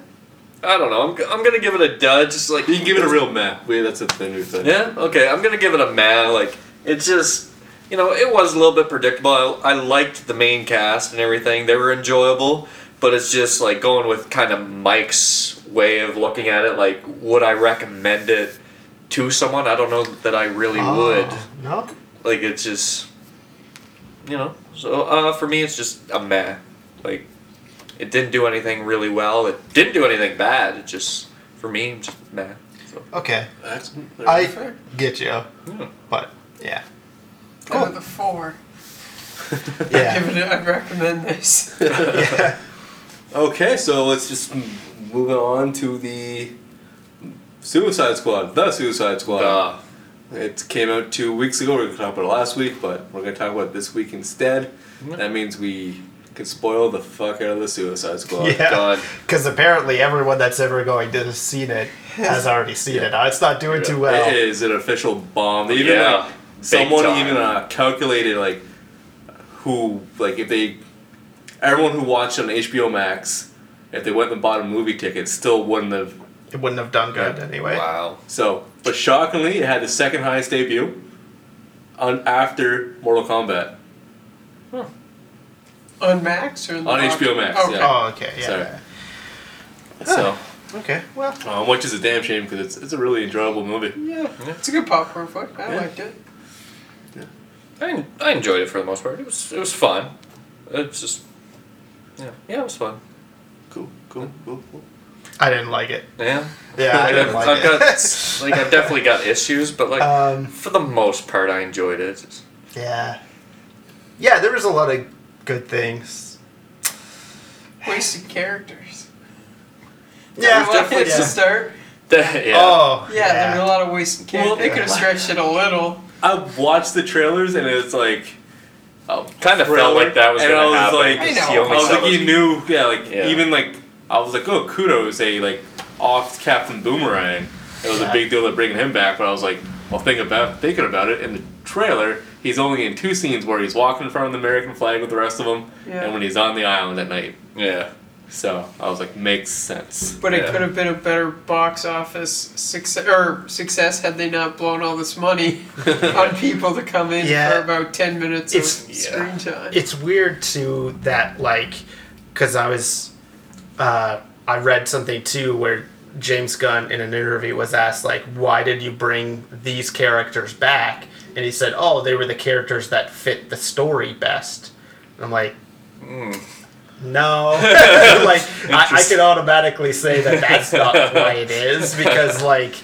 I don't know. I'm, g- I'm gonna give it a dud. Just like
You can give it a real meh. We, that's a thing we've said.
Yeah. Okay. I'm gonna give it a man. Like it's just, you know, it was a little bit predictable. I, I liked the main cast and everything; they were enjoyable. But it's just like going with kind of Mike's way of looking at it. Like, would I recommend it to someone? I don't know that I really would.
Oh, No.
Like it's just, you know. So uh, for me, it's just a meh. Like it didn't do anything really well. It didn't do anything bad. It just for me, just meh. So
Okay.
That's-
I get you,
yeah.
but yeah.
Out of the four,
Yeah.
Given it, I'd recommend this.
yeah.
Okay, so let's just m- move on to the Suicide Squad. The Suicide Squad.
Uh,
It came out two weeks ago. We were going to talk about it last week, but we're going to talk about it this week instead. That means we can spoil the fuck out of the Suicide Squad.
Yeah.
Oh, God.
Because apparently everyone that's ever going to have seen it has already seen it. Uh, It's not doing too
It
well.
is an official bomb. They even,
Yeah,
like,
big
someone
time.
even uh, calculated like who like if they everyone who watched on HBO Max if they went and bought a movie ticket still wouldn't have.
It wouldn't have done good anyway.
Wow.
So, but shockingly, it had the second highest debut on after Mortal Kombat.
On Max or in the
On
box?
HBO Max,
Okay.
yeah.
Oh, okay. Yeah.
Sorry.
Huh.
So,
Okay. Well.
um, which is a damn shame because it's, it's a really enjoyable movie.
Yeah. It's a good popcorn flick. I liked it.
I, I enjoyed it for the most part. It was it was fun. It's just yeah yeah it was fun.
Cool, cool, cool, cool.
I didn't like it.
Yeah.
Yeah, I didn't like
I've
it.
got like I've definitely got issues, but like
Um,
for the most part, I enjoyed it. It's just-
Yeah. Yeah, there was a lot of good things.
Wasted characters.
Yeah,
Everyone
definitely-
gets to
yeah.
start.
that- yeah.
Oh,
Yeah, there were a lot of wasted characters.
Well,
they could have stretched it a little.
I watched the trailers and it's like
kind of felt like that was
And I
gonna
was
happen.
like-
I
It's the
know.
I
only
was like,
solace.
you knew, yeah, like
Yeah.
even like I was like, oh, kudos, they like off Captain Boomerang. It was a big deal to bringing him back, but I was like, well, think about thinking about it. In the trailer, he's only in two scenes where he's walking in front of the American flag with the rest of them,
Yeah.
and when he's on the island at night.
yeah.
So I was like, makes sense.
But
Yeah.
it could have been a better box office success or success had they not blown all this money on people to come in
Yeah.
for about ten minutes
It's-
of
yeah.
screen time.
it's weird too that like because i was uh, i read something too where james gunn in an interview was asked like why did you bring these characters back and he said oh they were the characters that fit the story best and i'm like No, like I, I
Hmm. Interesting.
can automatically say that that's not why it is because, like,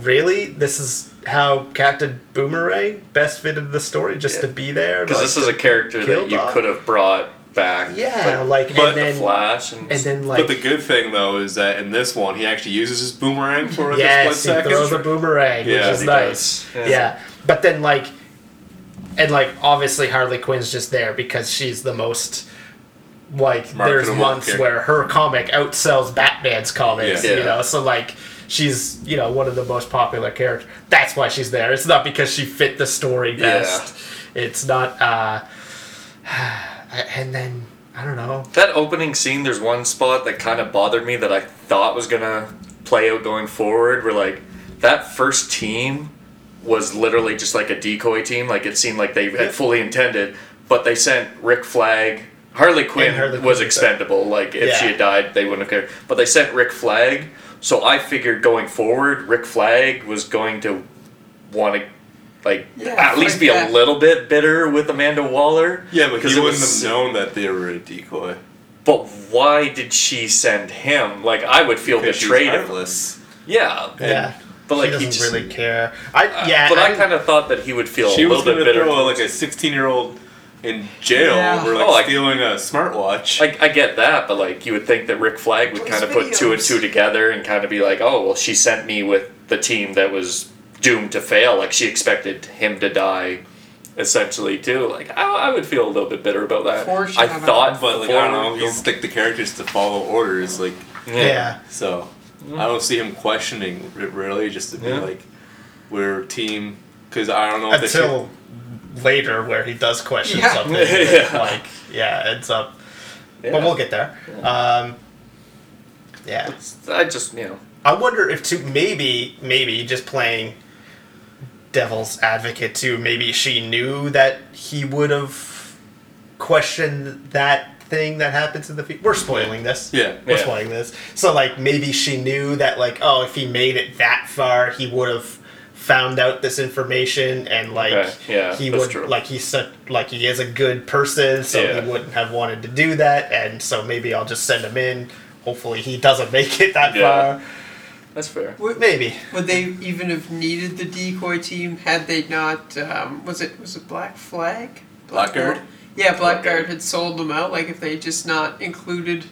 really, this is how Captain Boomerang best fitted the story just to be there.
Because
like-
this is a character that
killed
you
off.
could have brought back.
yeah, like,
But
and then
the Flash and,
and then
But
like
the good thing though is that in this one, he actually uses his boomerang for
yes,
this one
he
second.
throws a boomerang,
Yeah,
which is
he
nice.
does.
Yeah.
Yeah.
but then like, and like obviously Harley Quinn's just there because she's the most. Like there's
Marketable
months
character.
where her comic outsells Batman's comics,
Yeah.
you know. So like, she's you know one of the most popular characters. That's why she's there. It's not because she fit the story
Yeah.
best. It's not. uh And then I don't know.
That opening scene, there's one spot that kind of bothered me that I thought was gonna play out going forward. Where like that first team was literally just like a decoy team. Like it seemed like they had fully intended, but they sent Rick Flag. Harley Quinn
Harley
was
Quinn, so-
expendable. Like if she
Yeah.
had died, they wouldn't have cared. But they sent Rick Flag, so I figured going forward, Rick Flag was going to want to. Like
Yeah,
at least
like
be
that.
a little bit bitter with Amanda Waller.
Yeah, but
it
he wouldn't
was-
have known that they were a decoy.
But why did she send him? Like I would feel
Because she's
betrayed. if-
harmless.
Yeah,
yeah,
but like
she
he
doesn't
just- Uh,
really care. I yeah.
But I,
didn't-
kind of thought that he would feel
She
a
was
little
going
bit
to
bitter.
throw like a 16 year old in jail
Yeah.
over like
Oh, like-
stealing a smartwatch.
Like I get that, but like you would think that Rick Flag would
Those
kind of put two and
videos.
two together and kind of be like, oh well, she sent me with the team that was doomed to fail. Like she expected him to die, essentially too. Like I, I would feel a little bit bitter about that.
Fortunate.
I thought,
but like, I don't know,
forward-
he's like the characters to follow orders. Like,
yeah.
so
Mm.
I don't see him questioning it really, just to be
Yeah.
like, we're a team. Because I don't know if they should-
until later where he does question
Yeah.
something
Yeah.
like yeah ends up
Yeah.
but we'll get there um, yeah
I just you know
i wonder if too maybe maybe just playing devil's advocate too maybe she knew that he would have questioned that thing that happens in the future we're spoiling this
Yeah.
we're
Yeah.
spoiling this so like maybe she knew that like oh if he made it that far he would have found out this information and like
Okay, yeah,
he
that's
would
true.
like he's such like he is a good person so
Yeah.
he wouldn't have wanted to do that and so maybe i'll just send him in hopefully he doesn't make it that
Yeah.
far
that's fair.
W- maybe
Would they even have needed the decoy team had they not? Um, was it was it Black Flag?
Blackguard?
Yeah, Blackguard had sold them out. Like if they just not included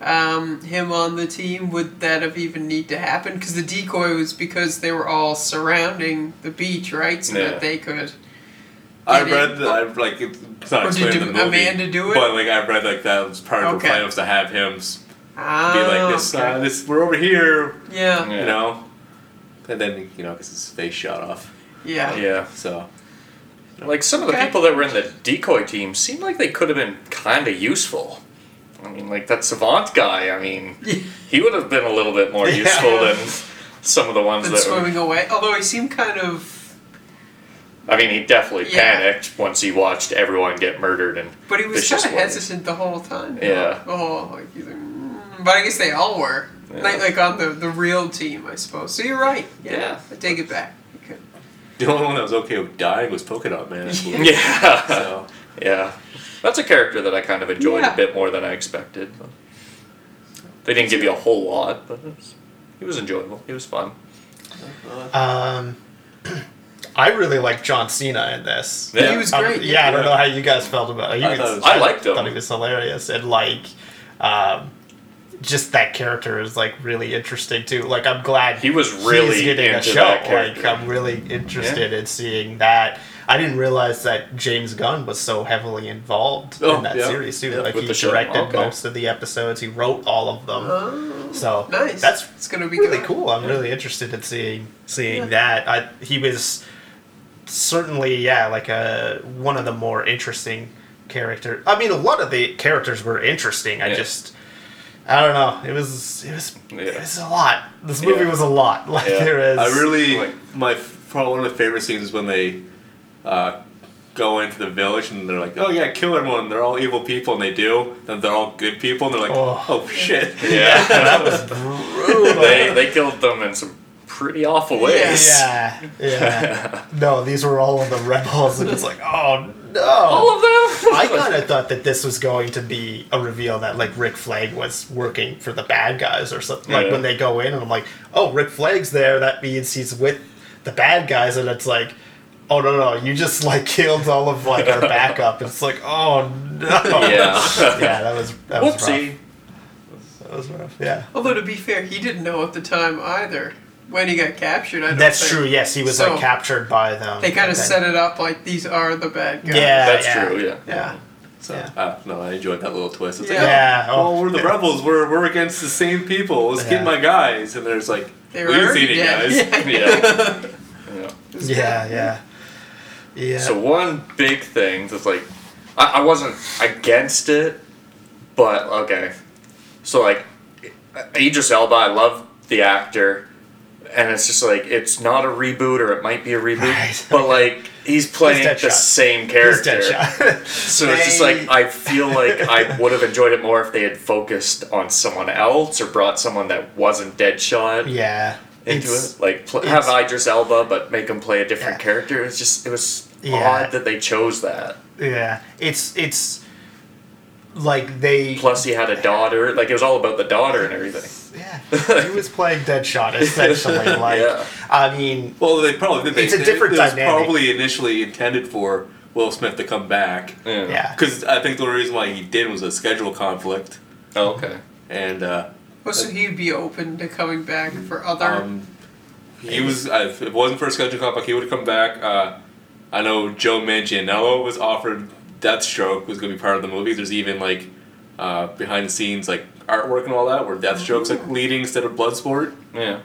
um, him on the team, would that have even need to happen? Because the decoy was because they were all surrounding the beach, right? So
Yeah.
that they could.
I
Did
read
it-
that. I like it's not
Or did
explained in
Am-
the movie.
Amanda do it?
But like I read like that was part of her
Okay.
plan was to have him s- be
Ah,
like this.
okay.
Uh, this we're over here,
yeah,
Yeah.
you know. And then you know because his face shot off.
yeah,
Yeah.
So
Like some of the
Okay.
people that were in the decoy team seemed like they could have been kind of useful. I mean, like that savant guy. I mean,
Yeah.
he would have been a little bit more useful
Yeah.
than some of the ones
Then
that. Were,
swimming away. Although he seemed kind of,
I mean, he definitely
Yeah.
panicked once he watched everyone get murdered and.
but he was
Vicious
kind of
ways.
hesitant the whole time.
Yeah.
Oh, like he's like, mm, but I guess they all were.
Yeah.
Like, like on the the real team, I suppose. So you're right. Yeah,
Yeah.
I take it back. Okay.
the only one that was okay with dying was Polka Dot Man. I believe.
Yeah.
So
Yeah. That's a character that I kind of enjoyed
Yeah.
a bit more than I expected. but- They didn't give you a whole lot, but it was, it was enjoyable. It was fun.
um i really like john cena in this
Yeah.
He was
Um,
great.
yeah, I don't know how you guys felt about it. You
I thought
guys-
it was-
I liked him.
thought he was hilarious and like, um, just that character is like really interesting too. Like I'm glad
He was
he's
really
getting
into
a show.
that character.
Like I'm really interested in seeing that. I didn't realize that James Gunn was so heavily involved
Oh,
in that
yeah.
series too.
Yeah,
like
with
he
the show.
directed
Okay.
most of the episodes. He wrote all of them.
Oh,
so
nice.
That's
it's gonna be
really
good.
cool. I'm really interested in seeing seeing
Yeah.
that. I he was certainly yeah like a one of the more interesting character. I mean, a lot of the characters were interesting. I
Yeah.
just I don't know. It was it was it
Yeah.
was a lot. This movie
Yeah.
was a lot. Like
Yeah.
there is
I really
Like-
my probably one of my favorite scenes is when they uh, go into the village and they're like, oh yeah, kill everyone. They're all evil people, and they do. Then they're all good people, and they're like,
Oh.
oh, shit.
Yeah.
that was brutal.
they they killed them in some pretty awful ways.
yeah, yeah. No, these were all of the rebels, and it's like, oh no!
All of them.
I kind of thought that this was going to be a reveal that like Rick Flag was working for the bad guys or something. Like
Yeah.
when they go in and I'm like, oh, Rick Flag's there. That means he's with the bad guys, and it's like, oh no no, you just like killed all of like our backup. It's like, oh no.
Yeah.
yeah, that was that was
Whoopsie.
rough. That was rough. Yeah.
Although to be fair, he didn't know at the time either when he got captured. I don't
That's
think.
true. Yes, he was
So,
like captured by them.
They kind
and
of
then-
set it up like these are the bad guys.
Yeah,
That's
yeah.
true. Yeah.
Yeah.
So
Yeah.
I don't know. I enjoyed that little twist. It's
Yeah.
like,
Yeah. Oh.
oh, we're the rebels. We're we're against the same people. Let's
Yeah.
get my guys. And there's like,
They were
We've
already
seen it,
dead.
guys.
Yeah. yeah.
Yeah, yeah, yeah.
So one big thing that's like, I, I wasn't against it, but okay. So like, Idris Elba, I love the actor, and it's just like it's not a reboot or it might be a reboot,
Right.
but like he's playing the
Deadshot.
same
He's
character.
Deadshot.
So it's just
They-
like I feel like I would have enjoyed it more if they had focused on someone else or brought someone that wasn't Deadshot
yeah,
into
It's-
it. Like pl-
it's-
have Idris Elba, but make him play a different
Yeah.
character. It's just it was
Yeah.
odd that they chose that.
Yeah, it's it's like they.
Plus, he had a daughter. Like it was all about the daughter and everything.
Yeah, he was playing Deadshot essentially. Like,
Yeah.
I mean,
Well, they probably they,
It's a
they-
different
it was
dynamic.
probably initially intended for Will Smith to come back
yeah,
because I think the only reason why he did was a schedule conflict,
Oh, okay.
and uh,
Well, so he'd be open to coming back for other.
um, he was uh, if it wasn't for a schedule conflict, he would have come back. Uh, I know Joe Manganiello was offered Deathstroke was going to be part of the movie. There's even like uh, behind the scenes like artwork and all that where Deathstroke's like leading instead of Bloodsport,
Yeah.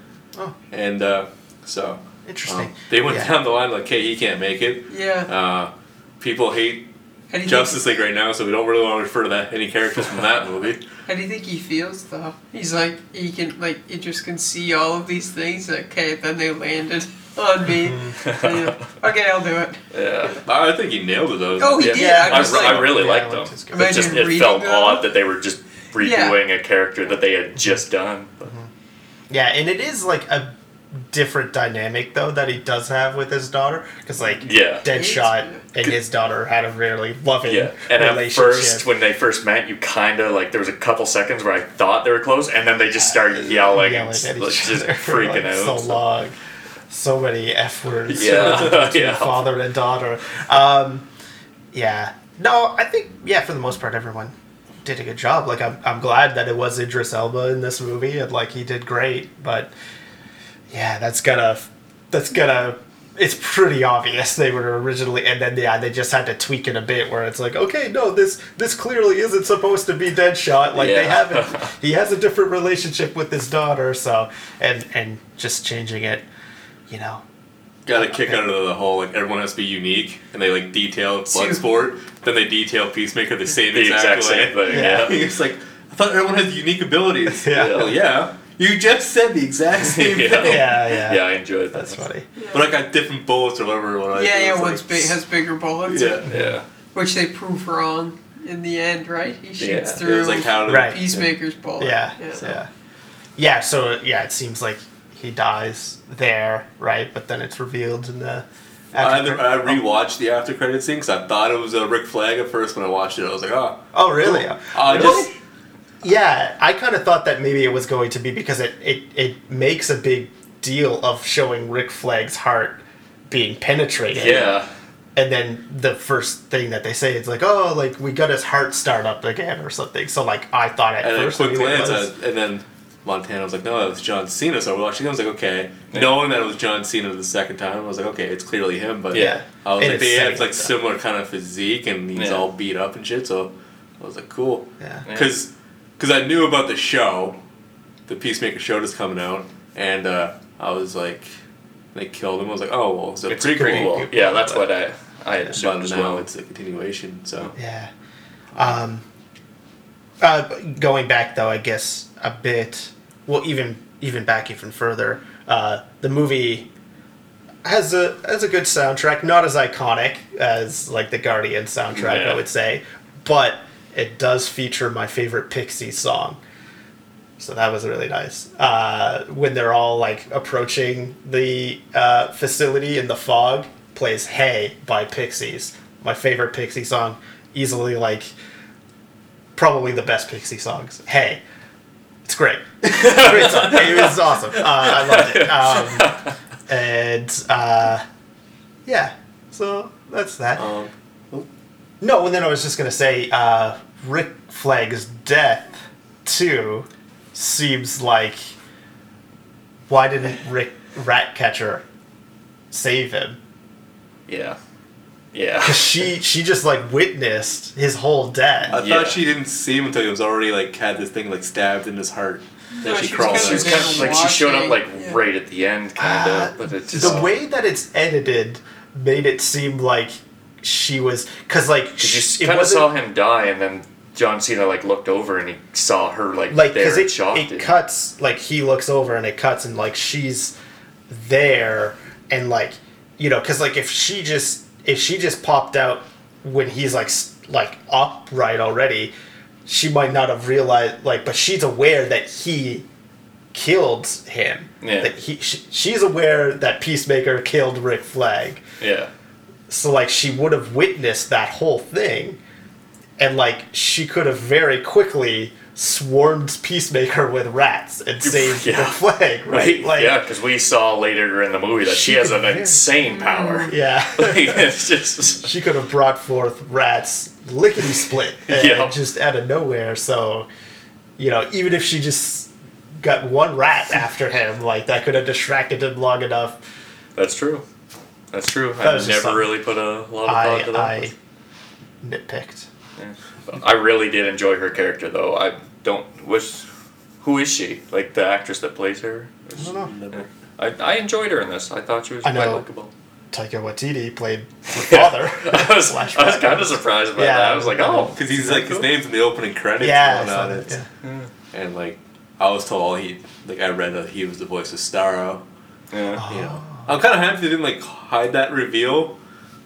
and uh, so um,
interesting.
they went
Yeah.
down the line like, hey, he can't make it.
yeah.
Uh, people hate
How do, you
Justice League right now, so we don't really want to refer to that any characters from that movie.
think, how do you think he feels though? He's like he can like you just can see all of these things. Okay, then they landed on me. Yeah. Okay, I'll do it.
Yeah.
I think he nailed it though.
Oh, he
Yeah.
did.
I,
I was
re-
like,
I really
Yeah,
liked
I liked
them.
his
It just
character.
it felt
Imagine reading
odd that they were just redoing a character that they had just done.
Yeah, and it is like a different dynamic though that he does have with his daughter because like
Yeah.
Deadshot and his daughter had a really loving
Yeah, and at
relationship.
first, when they first met, you kind of like there was a couple seconds where I thought they were close, and then they just started yelling,
yelling
and
at each
just
other for,
freaking
like,
out.
so long, so many f words.
Yeah,
between
yeah.
father and daughter. Um, yeah. No, I think yeah, for the most part, everyone did a good job. Like I'm, I'm glad that it was Idris Elba in this movie, and like he did great. But yeah, that's gonna, that's gonna. It's pretty obvious they were originally, and then yeah, they just had to tweak it a bit where it's like, okay, no, this this clearly isn't supposed to be Deadshot. Like they
Yeah.
haven't. He has a different relationship with his daughter, so and and just changing it, you know,
Got a kick out of the whole like everyone has to be unique, and they like detail Bloodsport, then they detail Peacemaker the same
The exact same
way.
thing.
Yeah.
Yeah,
It's like I thought everyone had unique abilities.
Yeah.
Well, yeah. You just said the exact same
Yeah.
thing,
yeah, yeah.
yeah, I enjoyed that.
That's funny.
but I got different bullets or whatever. What
yeah,
I,
yeah.
it's
One's
like,
big, has bigger bullets,
Yeah.
Yeah,
which they prove wrong in the end, right? He shoots
Yeah.
It
through
was like how to
Right.
Peacemaker's bullet.
Yeah, yeah. yeah. so yeah, it seems like he dies there, right? But then it's revealed in the
I, I rewatched Uh, the after credit scene because I thought it was a Rick Flag at first when I watched it. I was like, oh,
Oh, really?
I uh, just
Yeah, I kind of thought that maybe it was going to be because it, it, it makes a big deal of showing Rick Flag's heart being penetrated.
yeah,
And then the first thing that they say is like, oh, like we got his heart start up again or something. So like I thought at
And then a
first
quick
maybe it
glance,
was-
at, and then Montana was like, "No, that was John Cena." So I watched it. I was like, "Okay," knowing that it was John Cena the second time, I was like, "Okay, it's clearly him." But
Yeah.
I was
And
like,
it's
"They
setting
have like
it up.
similar kind of physique, and he's
Yeah.
all beat up and shit." So I was like, "Cool,"
yeah.
Yeah.
because I knew about the show, the Peacemaker show that's coming out, and uh, I was like, "They killed him." I was like, "Oh well, it's a
it's
prequel."
cool. Yeah, that's what I I had assumed
But
as
now
well.
it's a continuation. So
Yeah. Um, uh, but going back though, I guess a bit. Well, even even back even further, uh, the movie has a has a good soundtrack, not as iconic as like the Guardian soundtrack,
Yeah.
I would say, but it does feature my favorite Pixie song. So that was really nice. Uh, when they're all like approaching the uh, facility in the fog, plays "Hey" by Pixies. My favorite Pixie song, easily like probably the best Pixie songs. Hey, it's great. great song. It was awesome. Uh, I loved it. Um, and uh, yeah, so that's that.
um,
No, and then I was just gonna say, uh, Rick Flag's death too seems like why didn't Rick Ratcatcher save him?
yeah, yeah,
Cause she she just like witnessed his whole death.
I
Yeah.
thought she didn't see him until he was already like had this thing like stabbed in his heart.
Then
No,
she
she's
crawls
kinda
in.
She's kind of like she showed up like
Watching, yeah.
right at the end, kind of. but it just
Uh, Ah, the way that it's edited made it seem like she was because like
Because
she,
you
it
kind of
wasn't
saw him die, and then John Cena like looked over and he saw her like,
like
there
because
and
it,
shocked.
it
and-
cuts like he looks over and it cuts and like she's there and like you know because like if she just if she just popped out when he's like s- like upright already she might not have realized like but she's aware that he killed him
Yeah.
that he she, she's aware that peacemaker killed rick flag
yeah,
so like she would have witnessed that whole thing, and like she could have very quickly swarmed Peacemaker with rats and saved the
Yeah.
flag, right? Like
yeah, because we saw later in the movie that she,
She Mm.
has
could
an
hear.
insane power.
yeah.
Like, it's just
she could have brought forth rats lickety split and
Yeah.
just out of nowhere. So you know, even if she just got one rat after him, like that could have distracted him long enough.
that's true. That's true.
That
I
was just
never
something.
really put a lot of thought to that.
I I nitpicked.
I really did enjoy her character though. I don't wish. Who is she? Like the actress that plays her?
I don't know.
I, I enjoyed her in this. I thought she was
I
quite
know.
likable.
Taika Waititi played the
Yeah.
father.
I was, I
Slash
was
father.
kind of surprised by
Yeah.
that. I was like, oh,
Because he's like his
Cool.
name's in the opening credits
Yeah,
and
I saw
whatnot.
that,
It's- And like I was told all he like I read that he was the voice of Starro.
Yeah.
You know.
Oh.
I'm kinda happy they didn't like hide that reveal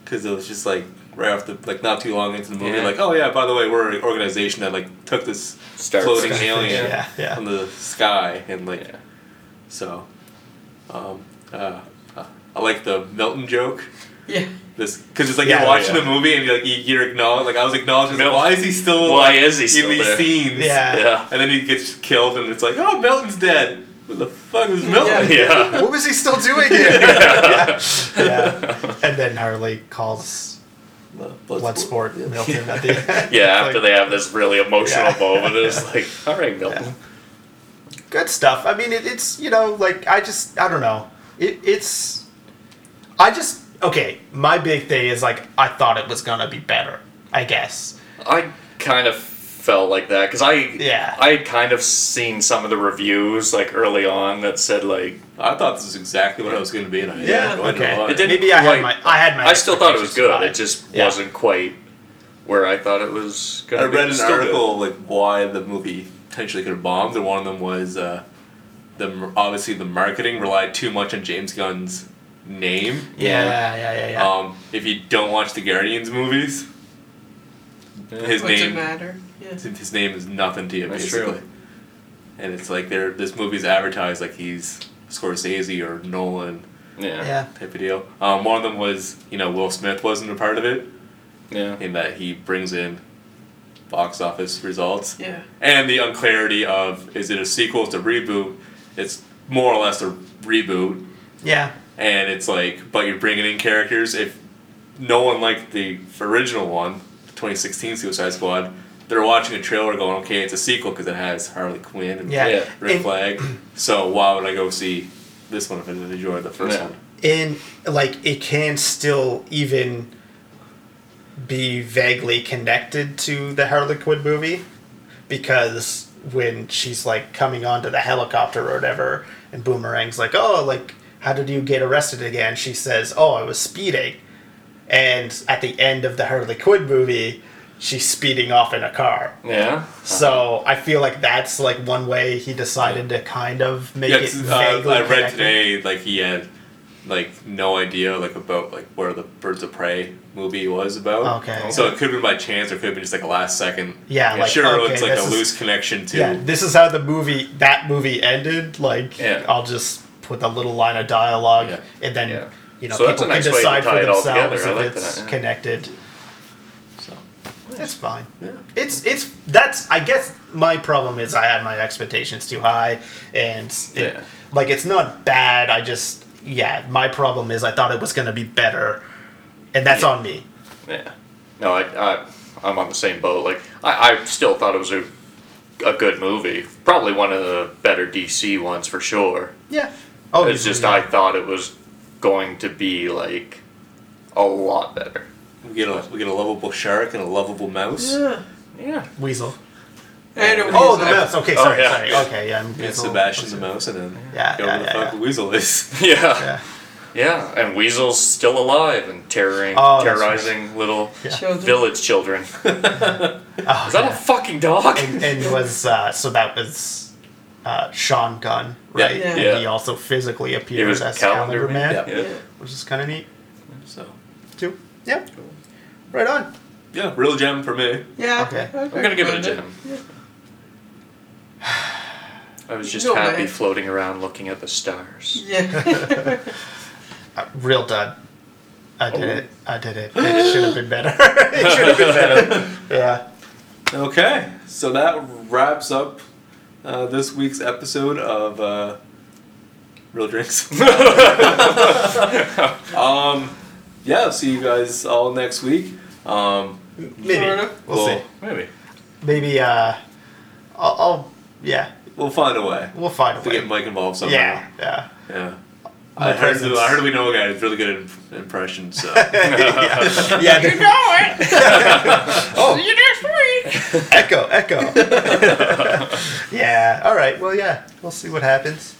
because it was just like right off the like not too long into the movie,
Yeah.
like, oh yeah, by the way, we're an organization that like took this
Star
floating
Sky.
alien
Yeah, yeah.
from the sky and like
Yeah.
so um uh, uh, I like the Milton joke.
yeah.
This because it's like
Yeah,
you're watching
yeah.
the movie and you're like you- you're acknowledging like I was acknowledging like,
Milton.
why is he still
Why
like,
is he still
in these
there?
scenes
Yeah.
Yeah.
and then he gets killed and it's like oh Milton's dead what the fuck was Milton
Yeah.
what was he still doing here? yeah. yeah. And then Harley calls Bloodsport Milton at the
Yeah,
end. It's
after
like,
they have this really emotional
Yeah.
moment, it's like, all right, Milton.
Good stuff. I mean, it, it's, you know, like, I just, I don't know. It, it's, I just, okay, my big thing is, like, I thought it was going to be better, I guess.
I kind of felt like that because I
Yeah.
I had kind of seen some of the reviews like early on that said like
I thought this was exactly what I was going to be and I
Yeah,
enjoyed it a
okay.
lot.
It didn't
Maybe I
quite-
had my, I had my.
I still thought it was
expectations
good.
high.
It just
Yeah.
wasn't quite where I thought it was
I
gonna be.
read
It's
an
still good.
article like why the movie potentially could have bombed, and one of them was uh, the obviously the marketing relied too much on James Gunn's name.
Yeah, yeah, yeah, yeah.
Oh,
yeah.
Um, if you don't watch the Guardians movies, his
What's it
name
matter? Yeah.
his name is nothing to you
That's true.
basically. And it's like they're this movie's advertised like he's Scorsese or Nolan
Yeah,
yeah.
type of deal. Um, one of them was you know Will Smith wasn't a part of it
yeah,
in that he brings in box office results
Yeah.
and the unclarity of is it a sequel to reboot it's more or less a reboot
Yeah.
and it's like but you're bringing in characters if no one liked the original one the 2016 suicide squad they're watching a trailer going okay it's a sequel because it has harley quinn and
Yeah.
Yeah.
red
And-
flag so why would i go see this one if i didn't enjoy the first
Yeah.
one
and like it can still even be vaguely connected to the Harley Quinn movie because when she's like coming onto the helicopter or whatever and Boomerang's like, "Oh, like how did you get arrested again?" she says, "Oh, I was speeding." And at the end of the Harley Quinn movie, she's speeding off in a car.
yeah.
So I feel like that's like one way he decided to kind of make
yeah,
it
'cause,
vaguely.
uh, I read
connected.
today like he had like no idea like about like where the Birds of Prey movie was about.
Okay.
So it could have been by chance or could have been just like a last second.
Yeah, like,
sure,
okay,
it's like a
this is-
loose connection to.
yeah, this is how the movie that movie ended. Like,
Yeah.
I'll just put a little line of dialogue,
Yeah.
and then
Yeah.
you know
So that's
people
a
can
nice way to
decide
tie
for
it all
themselves
together. I
if
like
it's
that, yeah.
connected.
So.
It's fine.
Yeah.
It's it's that's I guess my problem is I had my expectations too high, and it,
Yeah.
like it's not bad. I just yeah, my problem is I thought it was gonna be better, and that's on me.
Yeah. No, I, I I'm on the same boat. Like I, I still thought it was a a good movie. Probably one of the better DC ones for sure.
Yeah. Oh,
it's just I thought it was going to be like a lot better.
We get a we get a lovable shark and a lovable mouse.
Yeah.
Weasel.
And it was
Oh, the
I-
mouse. Okay,
Oh,
sorry,
yeah.
sorry. Okay, yeah. I'm
It's
it's a little-
Sebastian the mouse, and then
Yeah,
go
yeah,
over the
yeah,
fuck
yeah.
weasel is.
Yeah.
Yeah.
Yeah, and Weasel's still alive and terroring,
Oh, that's
terrorizing little
Yeah.
Children.
village children. Is
Oh,
that a
yeah.
fucking dog?
and, and was uh, so that was uh, Sean Gunn,
Yeah,
right?
yeah.
And
yeah.
he also physically
It
appears
was
as
Calendar Man.
Yeah.
Yeah.
which is kind of neat
So
too. Yeah. Right on.
yeah, real gem for me.
Yeah.
Okay.
I'm
I'm gonna give it a gem. I was just
No
happy
way.
floating around looking at the stars.
Yeah.
Uh, real dud. I did
Oh.
it. I did it. It should have been better. it should have been better. Yeah.
Okay, so that wraps up uh, this week's episode of uh, Real Drinks. um, yeah, see you guys all next week. Um,
Maybe.
Sort
We'll,
of.
we'll,
see.
Maybe.
Maybe. Uh. I'll, I'll. Yeah.
we'll find a way
We'll find a
to get
way.
Mike involved somehow.
Yeah. Yeah.
Yeah.
My
I heard,
presence.
I heard we know a guy who's really good at im- impressions, so.
yeah. yeah
you
there-
know it.
oh.
See you next week.
echo, echo. yeah. All right. Well, yeah. We'll see what happens.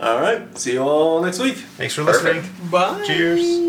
Alright, see you all next week.
Thanks for
Perfect.
listening.
Bye.
Cheers.